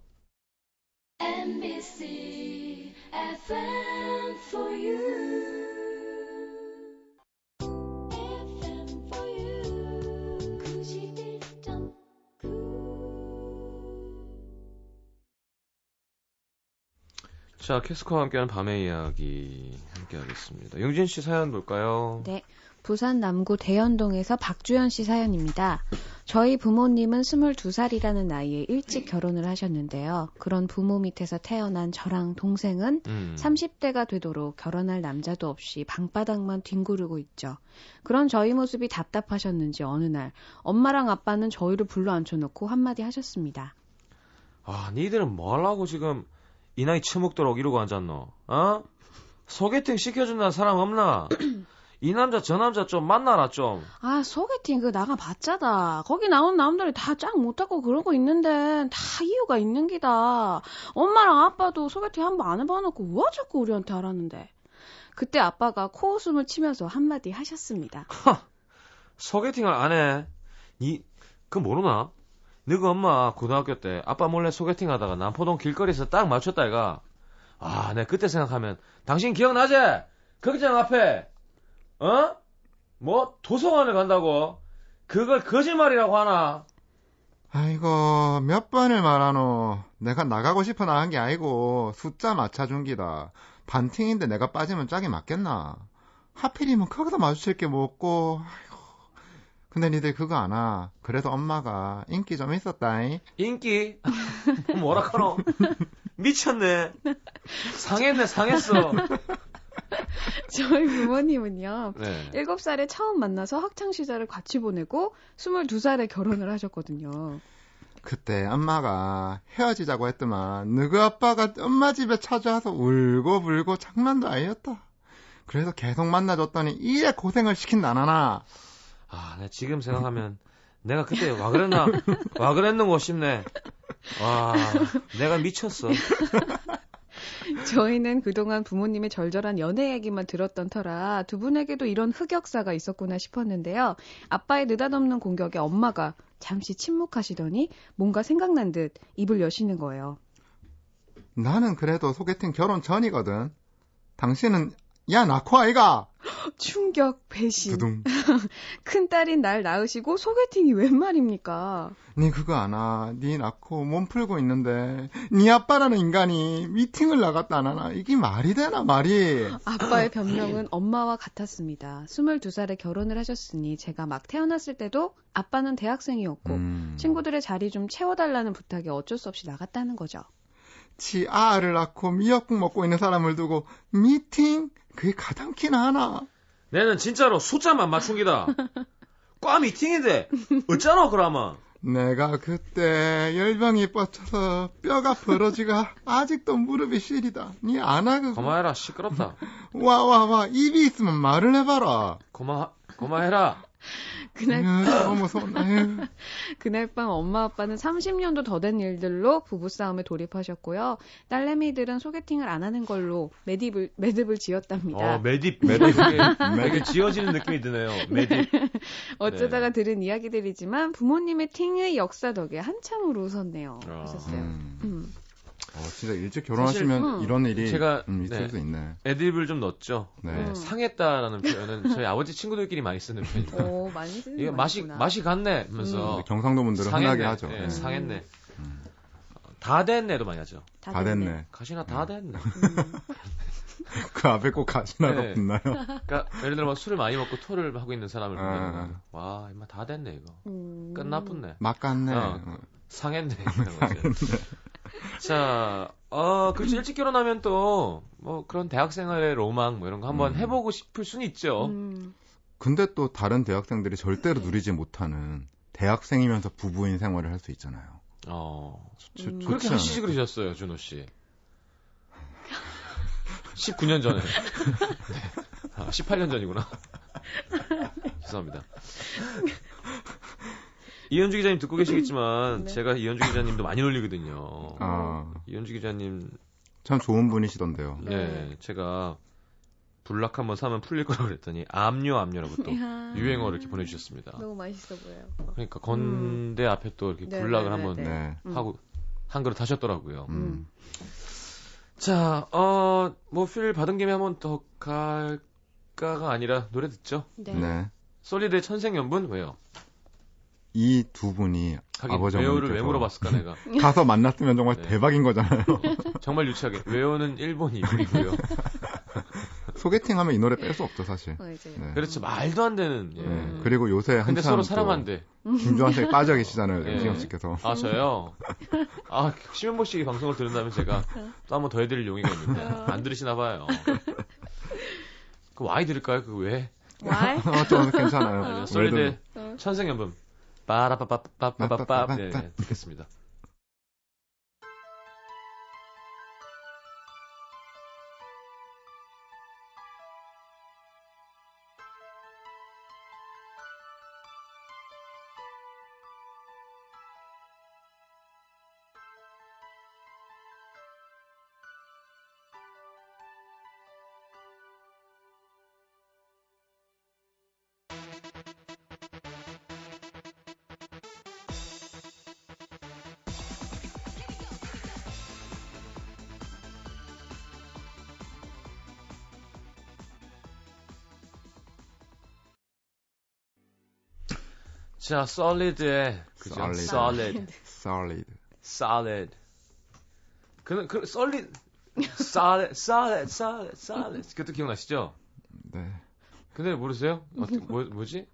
E: NBC FM for you. FM for you. 91.9.
A: 자, 캐스커와 함께하는 밤의 이야기 함께하겠습니다. 용진 씨 사연 볼까요?
F: 네. 부산 남구 대연동에서 박주현 씨 사연입니다. 저희 부모님은 22살이라는 나이에 일찍 결혼을 하셨는데요. 그런 부모 밑에서 태어난 저랑 동생은
A: 음.
F: 30대가 되도록 결혼할 남자도 없이 방바닥만 뒹구르고 있죠. 그런 저희 모습이 답답하셨는지 어느 날 엄마랑 아빠는 저희를 불러 앉혀놓고 한마디 하셨습니다.
A: 아, 니들은 뭐하려고 지금 이 나이 처먹도록 이러고 앉았노? 어? 소개팅 시켜준다는 사람 없나? 이 남자 저 남자 좀 만나라 좀.
F: 아 소개팅 그 나가 봤자다. 거기 나온 남들이 다 짱 못하고 그러고 있는데 다 이유가 있는 기다. 엄마랑 아빠도 소개팅 한 번 안 해봐놓고 왜 자꾸 우리한테 하라는데. 그때 아빠가 코웃음을 치면서 한마디 하셨습니다.
A: 소개팅을 안 해. 니, 그 모르나? 너그 엄마 고등학교 때 아빠 몰래 소개팅 하다가 남포동 길거리에서 딱 맞췄다 이가. 아, 내 그때 생각하면 당신 기억나지? 극장 앞에 어? 뭐 도서관을 간다고? 그걸 거짓말이라고 하나?
B: 아이고 몇 번을 말하노. 내가 나가고 싶어 나간 게 아니고 숫자 맞춰준 기다. 반팅인데 내가 빠지면 짝이 맞겠나. 하필이면 거기서 마주칠 게 뭐 없고. 아이고. 근데 니들 그거 안 와. 그래서 엄마가 인기 좀 있었다잉.
A: 인기? 뭐라 카노? 미쳤네. 상했네, 상했어.
F: 저희 부모님은요.
A: 네.
F: 7살에 처음 만나서 학창시절을 같이 보내고 22살에 결혼을 하셨거든요.
B: 그때 엄마가 헤어지자고 했더만 너그 아빠가 엄마 집에 찾아와서 울고 불고 장난도 아니었다. 그래서 계속 만나줬더니 이래 고생을 시킨다 나나.
A: 아, 나 지금 생각하면 내가 그때 와 그랬나 와 그랬는 거 싶네. 와, 내가 미쳤어.
C: 저희는 그동안 부모님의 절절한 연애 얘기만 들었던 터라 두 분에게도 이런 흑역사가 있었구나 싶었는데요. 아빠의 느닷없는 공격에 엄마가 잠시 침묵하시더니 뭔가 생각난 듯 입을 여시는 거예요.
B: 나는 그래도 소개팅 결혼 전이거든. 당신은 야 낳고 아이가
C: 충격, 배신.
B: 두둥.
C: 큰딸인 날 낳으시고 소개팅이 웬 말입니까?
B: 니 그거 아나. 니 낳고 몸 풀고 있는데 니 아빠라는 인간이 미팅을 나갔다 안 하나. 이게 말이 되나 말이.
C: 어, 아빠의 변명은 엄마와 같았습니다. 22살에 결혼을 하셨으니 제가 막 태어났을 때도 아빠는 대학생이었고
B: 음.
C: 친구들의 자리 좀 채워달라는 부탁에 어쩔 수 없이 나갔다는 거죠.
B: 지 아를 낳고 미역국 먹고 있는 사람을 두고 미팅? 그게 가당키나 하나.
A: 내는 진짜로 숫자만 맞춘기다. 과 미팅인데 어쩌노 그러면.
B: 내가 그때 열병이 뻗쳐서 뼈가 부러지가 아직도 무릎이 시리다. 니 안하 그거.
A: 고마해라 시끄럽다.
B: 와와와 입이 있으면 말을 해봐라.
A: 고마 고마해라.
C: 그날
B: 에휴, 너무 손. 에휴.
C: 음. 그날 밤 엄마 아빠는 30년도 더 된 일들로 부부싸움에 돌입하셨고요. 딸내미들은 소개팅을 안 하는 걸로 매듭을, 매듭을 지었답니다.
A: 어 매듭 매듭 되게 지어지는 느낌이 드네요. 매듭.
C: 어쩌다가
A: 네.
C: 들은 이야기들이지만 부모님의 팅의 역사 덕에 한참을 웃었네요.
A: 아.
C: 하셨어요.
B: 음.
C: 음.
B: 어, 진짜 일찍 결혼하시면
C: 사실, 음.
B: 이런 일이
A: 제가-
B: 음, 있을
A: 네.
B: 수 있네.
A: 애드립을 좀 넣었죠.
B: 네.
A: 네,
C: 음.
A: 상했다라는 표현은 저희 아버지 친구들끼리 많이 쓰는 표현입니다.
C: 오, 어, 많이 쓰는
A: 이거
C: 거
A: 맛이
C: 많구나.
A: 맛이 갔네 하면서
B: 근데 경상도 분들은 흔하게 하죠.
A: 예,
B: 네.
A: 어, 상했네. 다 됐네도 많이 하죠.
B: 다 됐네.
A: 가시나 다 됐네.
B: 그 앞에 꼭 가시나가
A: 네.
B: 붙나요?
A: 그러니까 예를 들어 막 술을 많이 먹고 토를 하고 있는 사람을 보면
B: 아.
A: 은와 이마 다 됐네 이거.
C: 음.
A: 끝나뿐네.
B: 막 갔네.
A: 어.
B: 어.
A: 상했네. 이런 거죠. 자, 어, 그렇죠. 일찍 결혼하면 또, 뭐, 그런 대학생활의 로망, 뭐, 이런 거 한번
B: 음.
A: 해보고 싶을 순 있죠.
C: 음.
B: 근데 또 다른 대학생들이 절대로 누리지 못하는 대학생이면서 부부인 생활을 할 수 있잖아요.
A: 어.
B: 좋,
C: 음.
A: 그렇게
B: 좋지
A: 하시지
B: 않아요?
A: 그러셨어요, 준호 씨. 19년 전에.
B: 네.
A: 아, 18년 전이구나. 죄송합니다. 이현주 기자님 듣고 계시겠지만,
C: 네.
A: 제가 이현주 기자님도 많이 놀리거든요.
B: 아,
A: 이현주 기자님
B: 참 좋은 분이시던데요.
C: 음.
A: 네, 제가 불락 한번 사면 풀릴 거라고 그랬더니 암요 암요라고 또
C: 이야.
A: 유행어를 이렇게 보내주셨습니다.
C: 너무 맛있어 보여요.
A: 그러니까 건대 앞에 또 이렇게
C: 음. 네,
A: 불락을
C: 네, 네,
A: 한번
C: 네.
B: 네.
C: 음.
A: 하고 한 그릇 하셨더라고요.
B: 음.
A: 자, 어, 뭐필 받은 김에 한번 더 갈까가 아니라 노래 듣죠.
C: 네.
B: 네.
A: 솔리드의 천생연분 왜요?
B: 이 두 분이
A: 하긴
B: 아버지
A: 왜요를 왜
B: 어머니께서
A: 물어봤을까 내가
B: 가서 만났으면 정말
A: 네.
B: 대박인 거잖아요.
A: 정말 유치하게 왜요는 일본 이분이고요.
B: 소개팅 하면 이 노래 뺄 수 없죠, 사실.
C: 어, 이제.
B: 네.
A: 그렇죠 말도 안 되는. 예.
B: 네. 그리고 요새 한참
A: 근데 서로
B: 또
A: 사랑한데.
B: 김주환 씨 빠져 계시잖아요,
A: 예.
B: 임지영 씨께서.
A: 아 저요. 아 심현보 씨 방송을 들은다면 제가 또 한번 더 해드릴 용의가 있는데 안 들으시나 봐요. 그 와이 들을까요? 그 왜?
C: 와
B: 어, 저 괜찮아요.
A: 솔리드
C: 어.
A: 천생연분 빠라빠빠빠빠빠빠 네, 네, 듣겠습니다. 자, 솔리드의 그죠?
B: Solid.
A: 솔리드,
B: 솔리드.
A: 솔리드. 그는 그 솔리드, 솔리드, 솔리드, 솔리드, 솔리드. 그것도 기억나시죠?
B: 네.
A: 근데 모르세요? 어떻게, 뭐, 뭐지?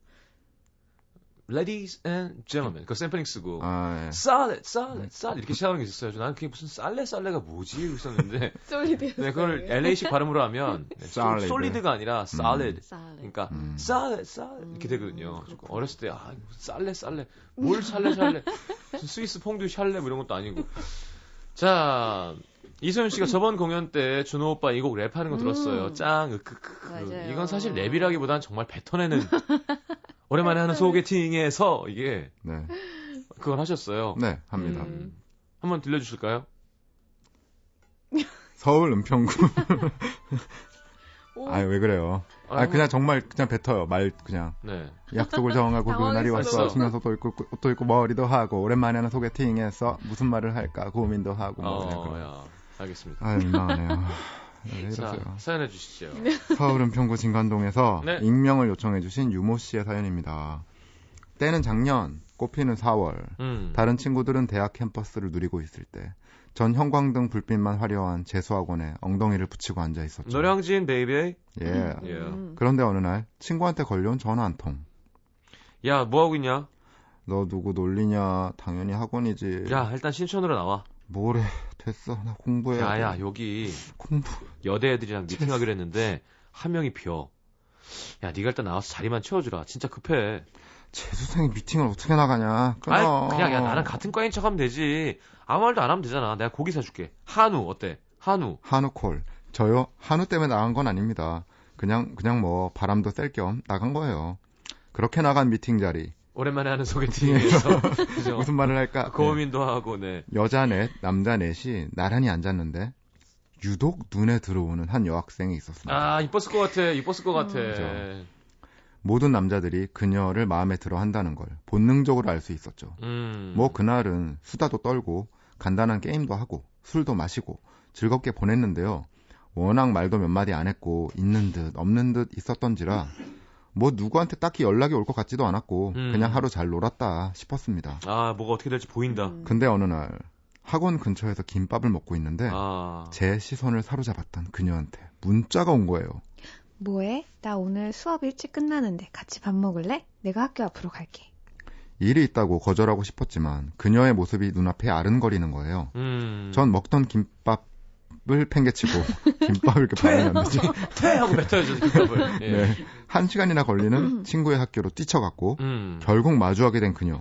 A: Ladies and Gentlemen. 그거 샘플링스고.
B: 아, 예.
A: 쌀레, 쌀레, 쌀 이렇게 시작하는 게 있었어요. 나는 그게 무슨 쌀레, 쌀레가 뭐지? 이러고 있었는데,
C: 솔리드.
A: 네, 그걸 LA식 발음으로 하면 네, 솔-
B: Solid.
A: 솔리드가 아니라 쌀레.
C: 쌀.
A: 그러니까
B: 음.
A: 쌀레, 쌀 이렇게 되거든요. 조금 어렸을 때 아, 이거 쌀레, 쌀레, 뭘 쌀레, 쌀레, 무슨 스위스 퐁듀 샬레 뭐 이런 것도 아니고. 자, 이소연 씨가 저번 공연 때 준호 오빠 이 곡 랩하는 거 들었어요.
C: 음.
A: 짱, 으크크크.
C: 맞아요.
A: 이건 사실 랩이라기보단 정말 뱉어내는. 오랜만에 하는 소개팅에서 이게
B: 네.
A: 그걸 하셨어요. 음.
B: 네, 합니다.
C: 음.
A: 한번 들려주실까요?
B: 서울 은평구.
C: 오,
A: 어?
B: 아 왜 그래요? 아
A: 뭐.
B: 그냥 정말 그냥 뱉어요. 말 그냥
A: 네.
B: 약속을 정하고 그날이
A: 당황했어.
B: 왔어. 신경도 있고 또 있고 머리도 하고 오랜만에 하는 소개팅에서 무슨 말을 할까 고민도 하고 뭐 그냥 아,
A: 어,
B: 그런.
A: 야, 알겠습니다.
B: 아 민망하네요. 왜
A: 자,
B: 이러세요? 네.
A: 사연해 주시죠.
B: 서울 은평구 진관동에서
A: 네.
B: 익명을 요청해주신 유모 씨의 사연입니다. 때는 작년, 꽃피는 4월.
A: 음.
B: 다른 친구들은 대학 캠퍼스를 누리고 있을 때, 전 형광등 불빛만 화려한 재수학원에 엉덩이를 붙이고 앉아 있었죠.
A: 노량진 베이비.
B: 예.
A: 예.
C: 음.
B: 그런데 어느 날 친구한테 걸려온 전화 한 통.
A: 야, 뭐 하고 있냐?
B: 너 누구 놀리냐? 당연히 학원이지.
A: 야, 일단 신촌으로 나와.
B: 뭐래? 됐어. 나뭐 공부해야 돼.
A: 야야, 여기
B: 공부.
A: 여대 애들이랑 미팅하기로 했는데 한 명이 비어. 야, 네가 일단 나와서 자리만 채워주라. 진짜 급해.
B: 재수생이 미팅을 어떻게 나가냐? 끊어.
A: 아이, 그냥 야, 나랑 같은 과인 척하면 되지. 아무 말도 안 하면 되잖아. 내가 고기 사줄게. 한우 어때? 한우.
B: 한우콜. 저요? 한우 때문에 나간 건 아닙니다. 그냥, 그냥 뭐, 바람도 쐴 겸 나간 거예요. 그렇게 나간 미팅 자리.
A: 오랜만에 하는 소개팅에서 그죠?
B: 무슨 말을 할까?
A: 고민도 하고 네.
B: 여자 넷, 남자 넷이 나란히 앉았는데, 유독 눈에 들어오는 한 여학생이 있었습니다.
A: 아 이뻤을 것 같아. 이뻤을 것 같아.
B: 그죠. 모든 남자들이 그녀를 마음에 들어 한다는 걸 본능적으로 알 수 있었죠.
A: 음.
B: 뭐, 그날은 수다도 떨고, 간단한 게임도 하고, 술도 마시고, 즐겁게 보냈는데요. 워낙 말도 몇 마디 안 했고, 있는 듯, 없는 듯 있었던지라, 뭐, 누구한테 딱히 연락이 올 것 같지도 않았고,
A: 음.
B: 그냥 하루 잘 놀았다 싶었습니다.
A: 아 뭐가 어떻게 될지 보인다.
C: 음.
B: 근데 어느 날, 학원 근처에서 김밥을 먹고 있는데,
A: 아.
B: 네. 제 시선을 사로잡았던 그녀한테 문자가 온 거예요.
G: 뭐해? 나 오늘 수업 일찍 끝나는데 같이 밥 먹을래? 내가 학교 앞으로 갈게.
B: 일이 있다고 거절하고 싶었지만 그녀의 모습이 눈앞에 아른거리는 거예요.
A: 음.
B: 전 먹던 김밥을 팽개치고 김밥을 이렇게 발라놨는지
A: 퇴 하고 뱉어야죠 김밥을. 예.
B: 네. 한 시간이나 걸리는 친구의 학교로 뛰쳐갔고
A: 음.
B: 결국 마주하게 된 그녀.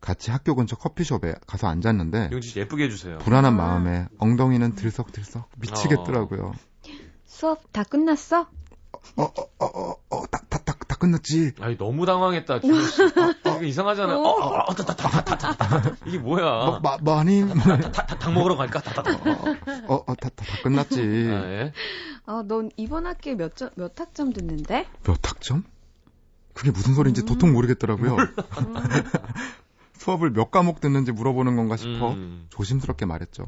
B: 같이 학교 근처 커피숍에 가서 앉았는데
A: 용지 씨 예쁘게 해주세요.
B: 네.
A: 아.
B: 불안한 마음에 엉덩이는
A: 어.
B: 들썩들썩 미치겠더라고요.
G: 수업 다 끝났어?
B: 어, 어어어어다다다 다 끝났지.
A: 아니 너무 당황했다. 준호 씨. 어, 이거 이상하잖아요. 어, 어, 어, 다다다다다다. 이게
B: 뭐,
A: 뭐야?
B: 마, 많이
A: 닭, 닭 먹으러 갈까? 다다다.
B: 어어다다 다 끝났지.
A: 아, 예.
F: 어, 넌 이번 학기에 몇, 점, 몇 학점 듣는데?
B: 몇 학점? 그게 무슨 소리인지
A: 음.
B: 도통 모르겠더라고요. 수업을 몇 과목 듣는지 물어보는 건가 싶어
A: 음.
B: 조심스럽게 말했죠.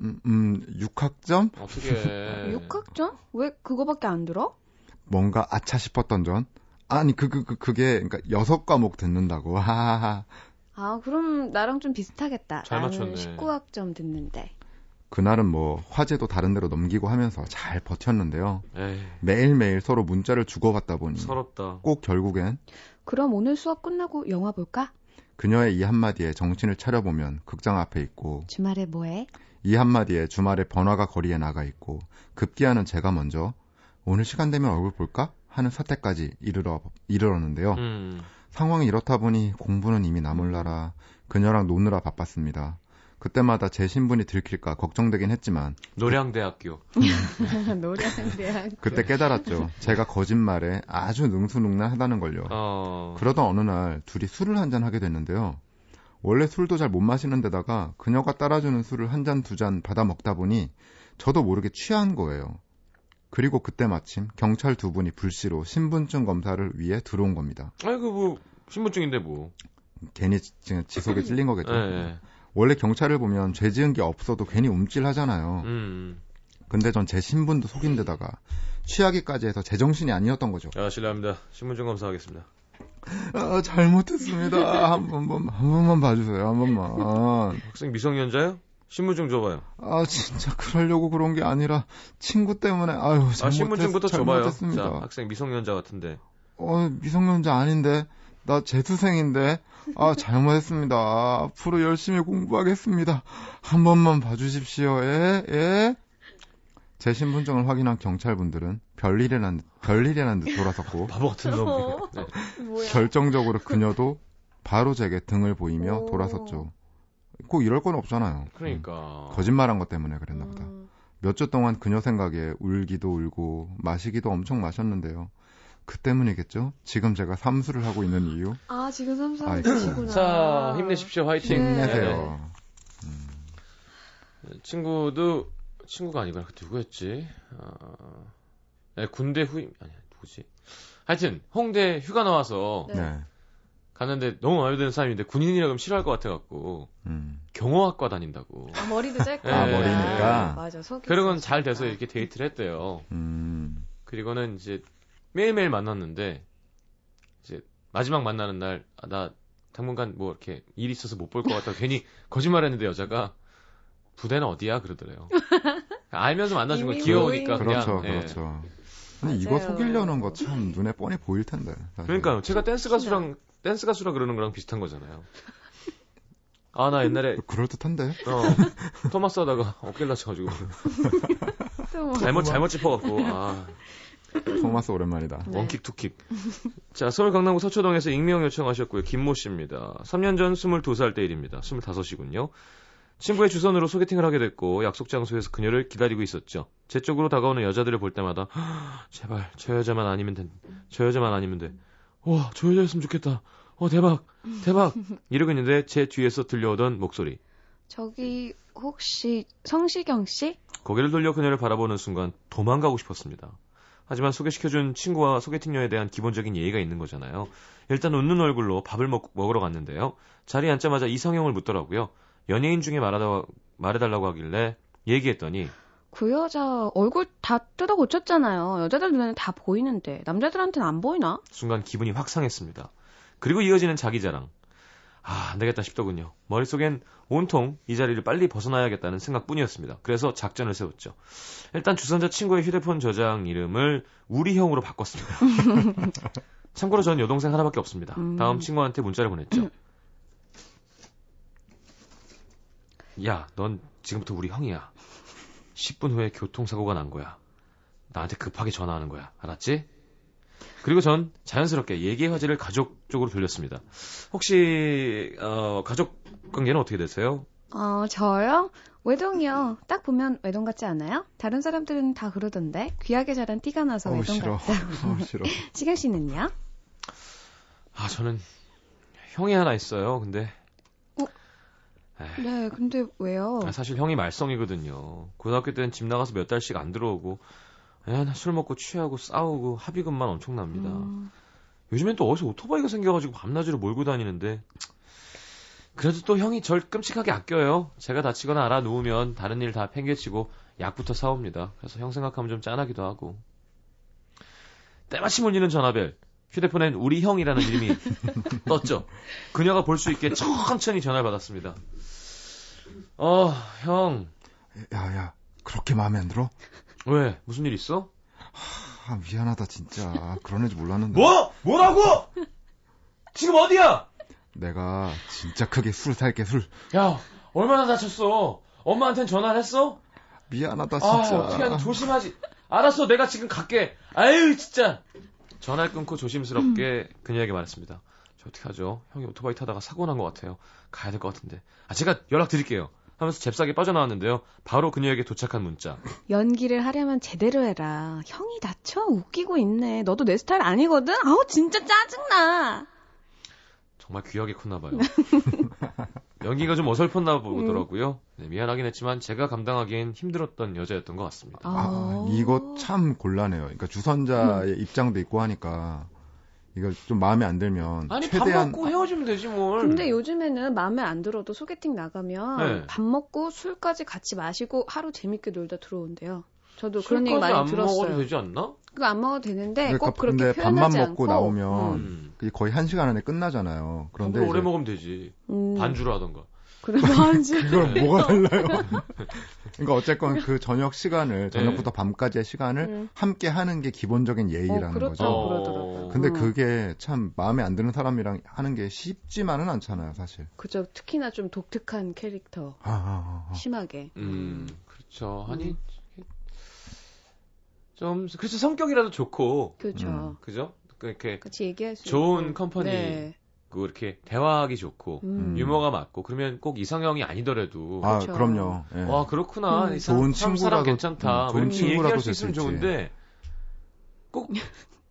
B: 음, 음, 6학점?
A: 어떻게?
F: 6학점? 왜 그거밖에 안 들어?
B: 뭔가 아차 싶었던 전. 아니, 그, 그, 그, 그게, 그니까, 여섯 과목 듣는다고. 하하하.
F: 아, 그럼 나랑 좀 비슷하겠다.
A: 잘
F: 나는
A: 맞췄네.
F: 19학점 듣는데.
B: 그날은 뭐, 화제도 다른 데로 넘기고 하면서 잘 버텼는데요.
A: 에이,
B: 매일매일 서로 문자를 주고받다 보니.
A: 서럽다.
B: 꼭 결국엔
F: 그럼 오늘 수업 끝나고 영화 볼까?
B: 그녀의 이 한마디에 정신을 차려보면 극장 앞에 있고,
G: 주말에 뭐해?
B: 이 한마디에 주말에 번화가 거리에 나가 있고 급기야는 제가 먼저 오늘 시간 되면 얼굴 볼까 하는 사태까지 이르러 이르렀는데요.
A: 음.
B: 상황이 이렇다 보니 공부는 이미 나몰라라 그녀랑 노느라 바빴습니다. 그때마다 제 신분이 들킬까 걱정되긴 했지만
A: 노량대학교.
B: 어.
C: 노량대학.
B: 그때 깨달았죠. 제가 거짓말에 아주 능수능란하다는 걸요.
A: 어.
B: 그러던 어느 날 둘이 술을 한 잔 하게 됐는데요. 원래 술도 잘 못 마시는 데다가 그녀가 따라주는 술을 한 잔, 두 잔 받아 먹다 보니 저도 모르게 취한 거예요. 그리고 그때 마침 경찰 두 분이 불시로 신분증 검사를 위해 들어온 겁니다.
A: 아이고 뭐 신분증인데 뭐.
B: 괜히 지- 지금 지속에 찔린 거겠죠.
A: 예.
B: 원래 경찰을 보면 죄 지은 게 없어도 괜히 움찔하잖아요.
A: 음.
B: 근데 전 제 신분도 속인 데다가 취하기까지 해서 제정신이 아니었던 거죠.
A: 아 실례합니다. 신분증 검사하겠습니다.
B: 아, 잘못했습니다. 한 번만, 한 번만 봐주세요. 한 번만.
A: 학생 미성년자요? 신분증 줘봐요.
B: 아 진짜 그러려고 그런 게 아니라 친구 때문에 아유 잘못했,
A: 아 신분증부터 줘봐요.
B: 잘못했습니다.
A: 자, 학생 미성년자 같은데.
B: 어 미성년자 아닌데 나 재수생인데 아 잘못했습니다. 앞으로 열심히 공부하겠습니다. 한 번만 봐주십시오. 예 예. 제 신분증을 확인한 경찰분들은 별일이란 듯- 별일이란 듯 돌아섰고
A: 바보 같은 놈. 네.
C: 뭐야?
B: 결정적으로 그녀도 바로 제게 등을 보이며
C: 오.
B: 돌아섰죠. 꼭 이럴 건 없잖아요.
A: 그러니까.
B: 거짓말한 것 때문에 그랬나 보다.
F: 어.
B: 몇 주 동안 그녀 생각에 울기도 울고 마시기도 엄청 마셨는데요. 그 때문이겠죠? 지금 제가 삼수를 하고 있는 이유?
F: 아, 지금 삼수하고
B: 아이고.
F: 계시구나.
A: 자 네. 힘내십시오. 화이팅.
B: 음,
F: 네.
B: 힘내세요.
A: 네. 친구도 친구가 아니고 그 누구였지? 어, 네, 군대 후임 아니 누구지? 하여튼 홍대 휴가 나와서
C: 네.
B: 네.
A: 갔는데 너무 마음에 드는 사람인데 군인이라 그러면 싫어할 것 같아갖고
B: 음.
A: 경호학과 다니는다고.
C: 아, 머리도 짧고.
A: 아,
C: 하니까.
F: 네,
B: 머리니까.
C: 맞아, 속이.
A: 그러고는 잘 돼서 이렇게 데이트를 했대요.
B: 음.
A: 그리고는 이제 매일매일 만났는데 이제 마지막 만나는 날 아, 나 당분간 뭐 이렇게 일이 있어서 못 볼 것 같다 괜히 거짓말했는데 여자가 부대는 어디야 그러더래요. 알면서 만나준 거
C: 이미
A: 귀여우니까
C: 모인
A: 그냥.
B: 그렇죠,
A: 예.
B: 그렇죠. 아니, 이거
C: 맞아요.
B: 속이려는 거 참 눈에 뻔히 보일 텐데. 사실.
A: 그러니까요. 제가 댄스 가수랑 댄스 가수라 그러는 거랑 비슷한 거잖아요. 아 나 옛날에
B: 그럴 듯한데.
A: 어, 토마스 하다가 어깨를 다쳐가지고
F: 또 뭐.
A: 잘못 잘못 짚어갖고 아
B: 토마스 오랜만이다.
F: 네.
A: 원킥 투킥. 자, 서울 강남구 서초동에서 익명 요청하셨고요. 김모 씨입니다. 3년 전 22살 때 일입니다. 25이군요. 친구의 주선으로 소개팅을 하게 됐고 약속 장소에서 그녀를 기다리고 있었죠. 제 쪽으로 다가오는 여자들을 볼 때마다 "하, 제발 저 여자만 아니면 된, 저 여자만 아니면 돼. 와, 저 여자였으면 좋겠다. 어, 대박, 대박. 이러고 있는데 제 뒤에서 들려오던 목소리.
G: 저기 혹시 성시경 씨?
A: 고개를 돌려 그녀를 바라보는 순간 도망가고 싶었습니다. 하지만 소개시켜준 친구와 소개팅녀에 대한 기본적인 예의가 있는 거잖아요. 일단 웃는 얼굴로 밥을 먹, 먹으러 갔는데요. 자리에 앉자마자 이상형을 묻더라고요. 연예인 중에 말하다, 말해달라고 하길래 얘기했더니
F: 그 여자 얼굴 다 뜯어 고쳤잖아요. 여자들 눈에는 다 보이는데 남자들한테는 안 보이나?
A: 순간 기분이 확 상했습니다. 그리고 이어지는 자기 자랑. 아, 안 되겠다 싶더군요. 머릿속엔 온통 이 자리를 빨리 벗어나야겠다는 생각뿐이었습니다. 그래서 작전을 세웠죠. 일단 주선자 친구의 휴대폰 저장 이름을 우리 형으로 바꿨습니다. 참고로 전 여동생 하나밖에 없습니다.
F: 음.
A: 다음 친구한테 문자를 보냈죠. 야, 넌 지금부터 우리 형이야. 10분 후에 교통사고가 난 거야. 나한테 급하게 전화하는 거야. 알았지? 그리고 전 자연스럽게 얘기의 화제를 가족 쪽으로 돌렸습니다. 혹시 어, 가족 관계는 어떻게 되세요?
G: 어, 저요? 외동이요. 딱 보면 외동 같지 않아요? 다른 사람들은 다 그러던데. 귀하게 자란 띠가 나서
B: 어우,
G: 외동
B: 싫어.
G: 같다.
B: 어우, 싫어.
G: 시경 씨는요?
A: 아 저는 형이 하나 있어요. 근데
F: 네, 근데
C: 어.
F: 왜요?
A: 아, 사실 형이 말썽이거든요. 고등학교 때는 집 나가서 몇 달씩 안 들어오고 에, 나술 먹고 취하고 싸우고 합의금만 엄청납니다.
F: 음,
A: 요즘엔 또 어디서 오토바이가 생겨가지고 밤낮으로 몰고 다니는데 그래도 또 형이 절 끔찍하게 아껴요. 제가 다치거나 알아 누우면 다른 일 다 팽개치고 약부터 사옵니다. 그래서 형 생각하면 좀 짠하기도 하고 때마침 울리는 전화벨 휴대폰엔 우리 형이라는 이름이 떴죠. 그녀가 볼 수 있게 천천히 전화를 받았습니다. 어, 형.
B: 야, 야. 그렇게 마음에 안 들어?
A: 왜? 무슨 일 있어?
B: 아, 미안하다, 진짜. 그런 애지 몰랐는데.
A: 뭐? 뭐라고? 지금 어디야?
B: 내가 진짜 크게 술 살게, 술.
A: 야, 얼마나 다쳤어? 엄마한텐 전화를 했어?
B: 미안하다,
A: 아,
B: 진짜.
A: 어떻게 하니 조심하지. 알았어, 내가 지금 갈게. 아유, 진짜. 전화를 끊고 조심스럽게 그녀에게 말했습니다. 저 어떻게 하죠? 형이 오토바이 타다가 사고 난 것 같아요. 가야 될 것 같은데. 아, 제가 연락 드릴게요. 하면서 잽싸게 빠져나왔는데요. 바로 그녀에게 도착한 문자.
F: 연기를 하려면 제대로 해라. 형이 다쳐 웃기고 있네. 너도 내 스타일 아니거든. 아우 진짜 짜증나.
A: 정말 귀하게 컸나봐요. 연기가 좀 어설펐나 보더라고요.
B: 음.
A: 네, 미안하긴 했지만 제가 감당하기엔 힘들었던 여자였던 것 같습니다.
B: 아, 이거 참 곤란해요. 그러니까 주선자의
F: 음.
B: 입장도 있고 하니까 이걸 좀 마음에 안 들면
A: 아니, 밥
B: 최대한
A: 먹고 헤어지면 되지 뭘.
F: 근데 요즘에는 마음에 안 들어도 소개팅 나가면
A: 음. 네.
F: 밥 먹고 술까지 같이 마시고 하루 재밌게 놀다 들어온대요. 저도 그런
A: 술까지
F: 얘기
A: 안
F: 많이 들었어요.
A: 먹어도 되지 않나?
F: 그거 안 먹어도 되는데
B: 그러니까
F: 꼭 그렇게
B: 근데
F: 표현하지
B: 밥만 먹고
F: 않고
B: 나오면
F: 음.
A: 음.
B: 이게 거의 한 시간 안에 끝나잖아요.
A: 밥을
B: 그런데
A: 오래
B: 이제
A: 먹으면 되지.
F: 음,
A: 반주로 하던가.
F: 그래 반주.
B: 그걸 뭐가 달라요? 그러니까 어쨌건 그 저녁
A: 네.
B: 시간을 저녁부터 밤까지의 시간을
F: 음.
B: 함께 하는 게 기본적인 예의라는
F: 어, 그렇죠.
B: 거죠.
F: 그러더라고요.
B: 근데
F: 음.
B: 그게 참 마음에 안 드는 사람이랑 하는 게 쉽지만은 않잖아요, 사실.
F: 그죠. 특히나 좀 독특한 캐릭터.
B: 아, 아, 아, 아.
F: 심하게.
A: 음, 그렇죠. 아니
F: 음.
A: 좀 그래서 성격이라도 좋고
F: 그죠.
B: 음.
A: 그죠? 그 이렇게
F: 같이 얘기할 수
A: 좋은
F: 있고.
A: 컴퍼니.
F: 네.
A: 그 이렇게 대화하기 좋고
F: 음.
A: 유머가 맞고 그러면 꼭 이상형이 아니더라도
B: 아,
F: 그렇죠.
B: 그럼요. 예.
A: 와 그렇구나
F: 음.
A: 이 사람,
B: 좋은
A: 사람,
B: 친구라도-
A: 사람 괜찮다.
B: 음,
A: 뭐
B: 좋은
A: 이렇게
B: 친구라도
A: 얘기할 수
B: 될수
A: 있으면
B: 있지.
A: 좋은데 꼭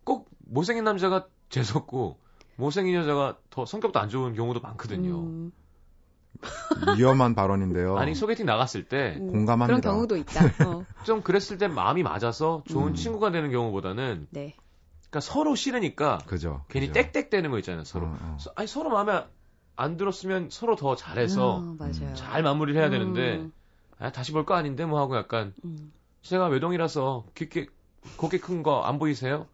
A: 꼭 못생긴 남자가 재수없고 못생긴 여자가 더 성격도 안 좋은 경우도 많거든요.
F: 음.
B: 위험한 발언인데요.
A: 아니 소개팅 나갔을 때 좀
C: 음,
B: 공감합니다.
G: 그런 경우도 있다. 어,
A: 그랬을 때 마음이 맞아서 좋은
B: 음.
A: 친구가 되는 경우보다는
G: 네.
A: 그러니까 서로 싫으니까
B: 그죠.
A: 괜히
B: 그죠.
A: 땡땡대는 거 있잖아요 서로.
B: 어, 어.
A: 서- 아니 서로 마음에 안 들었으면 서로 더
G: 아,
A: 잘해서
G: 맞아요.
A: 잘 마무리를 해야 되는데
G: 음,
A: 아, 다시 볼 거 아닌데 뭐 하고 약간
G: 음.
A: 제가 외동이라서 깊게 고개 큰 거 안 보이세요?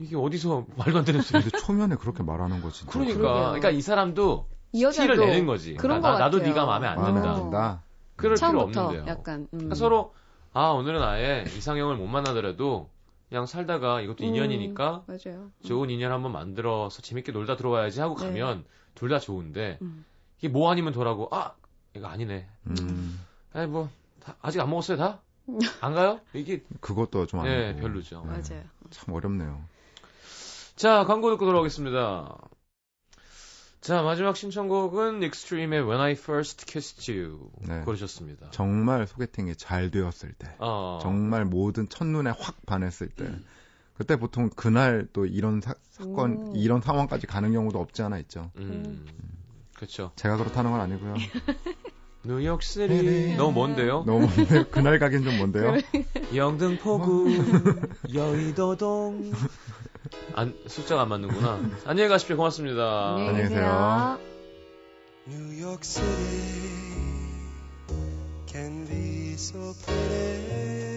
A: 이게 어디서 말도 안 되는 소리.
B: 근데 초면에 그렇게 말하는 거지.
A: 그러니까,
G: 어, 그러게요.
A: 그러니까 이 사람도
G: 이
A: 티를
G: 여자도
A: 내는 거지.
G: 그런
A: 나,
G: 것
A: 나도
G: 같아요.
A: 네가 마음에 안
B: 마음에 안
A: 든다.
G: 어.
B: 든다.
A: 그럴 필요
G: 처음부터
A: 없는데요.
G: 약간 음.
A: 그러니까 서로 아 오늘은 아예 이상형을 못 만나더라도 그냥 살다가 이것도
G: 음.
A: 인연이니까
G: 맞아요.
A: 좋은 인연 한번 만들어서 재밌게 놀다 들어와야지 하고
G: 음. 네.
A: 가면 둘 다 좋은데
G: 음.
A: 이게 뭐 아니면 도라고 아 이거 아니네.
B: 음,
A: 아니 뭐 다- 아직 안 먹었어요 다? 안 가요? 이게
B: 그것도 좀뭐 아니고.
A: 네, 별로죠.
G: 음.
B: 네,
G: 맞아요.
B: 참 어렵네요.
A: 자, 광고 듣고 돌아오겠습니다. 자, 마지막 신청곡은 익스트림의 When I First Kissed You
B: 네.
A: 고르셨습니다.
B: 정말 소개팅이 잘 되었을 때,
A: 어,
B: 정말 모든 첫눈에 확 반했을 때, 그때 보통 그날 또 이런 사, 건
G: 오.
B: 이런 상황까지 가는 경우도 없지 않아 있죠.
A: 음, 그쵸.
B: 제가 그렇다는 건 아니고요. 네.
A: 뉴욕시리. 너무 먼데요?
B: 너무 먼데- 그날 가긴 좀 뭔데요.
D: 뭐?
A: 영등포구, 여의도동. 안, 숫자가 안 맞는구나. 안녕히 가십시오. 고맙습니다.
G: 안녕히
C: 네.
B: 안녕히 계세요.
G: 계세요.
D: New York City can be so pretty.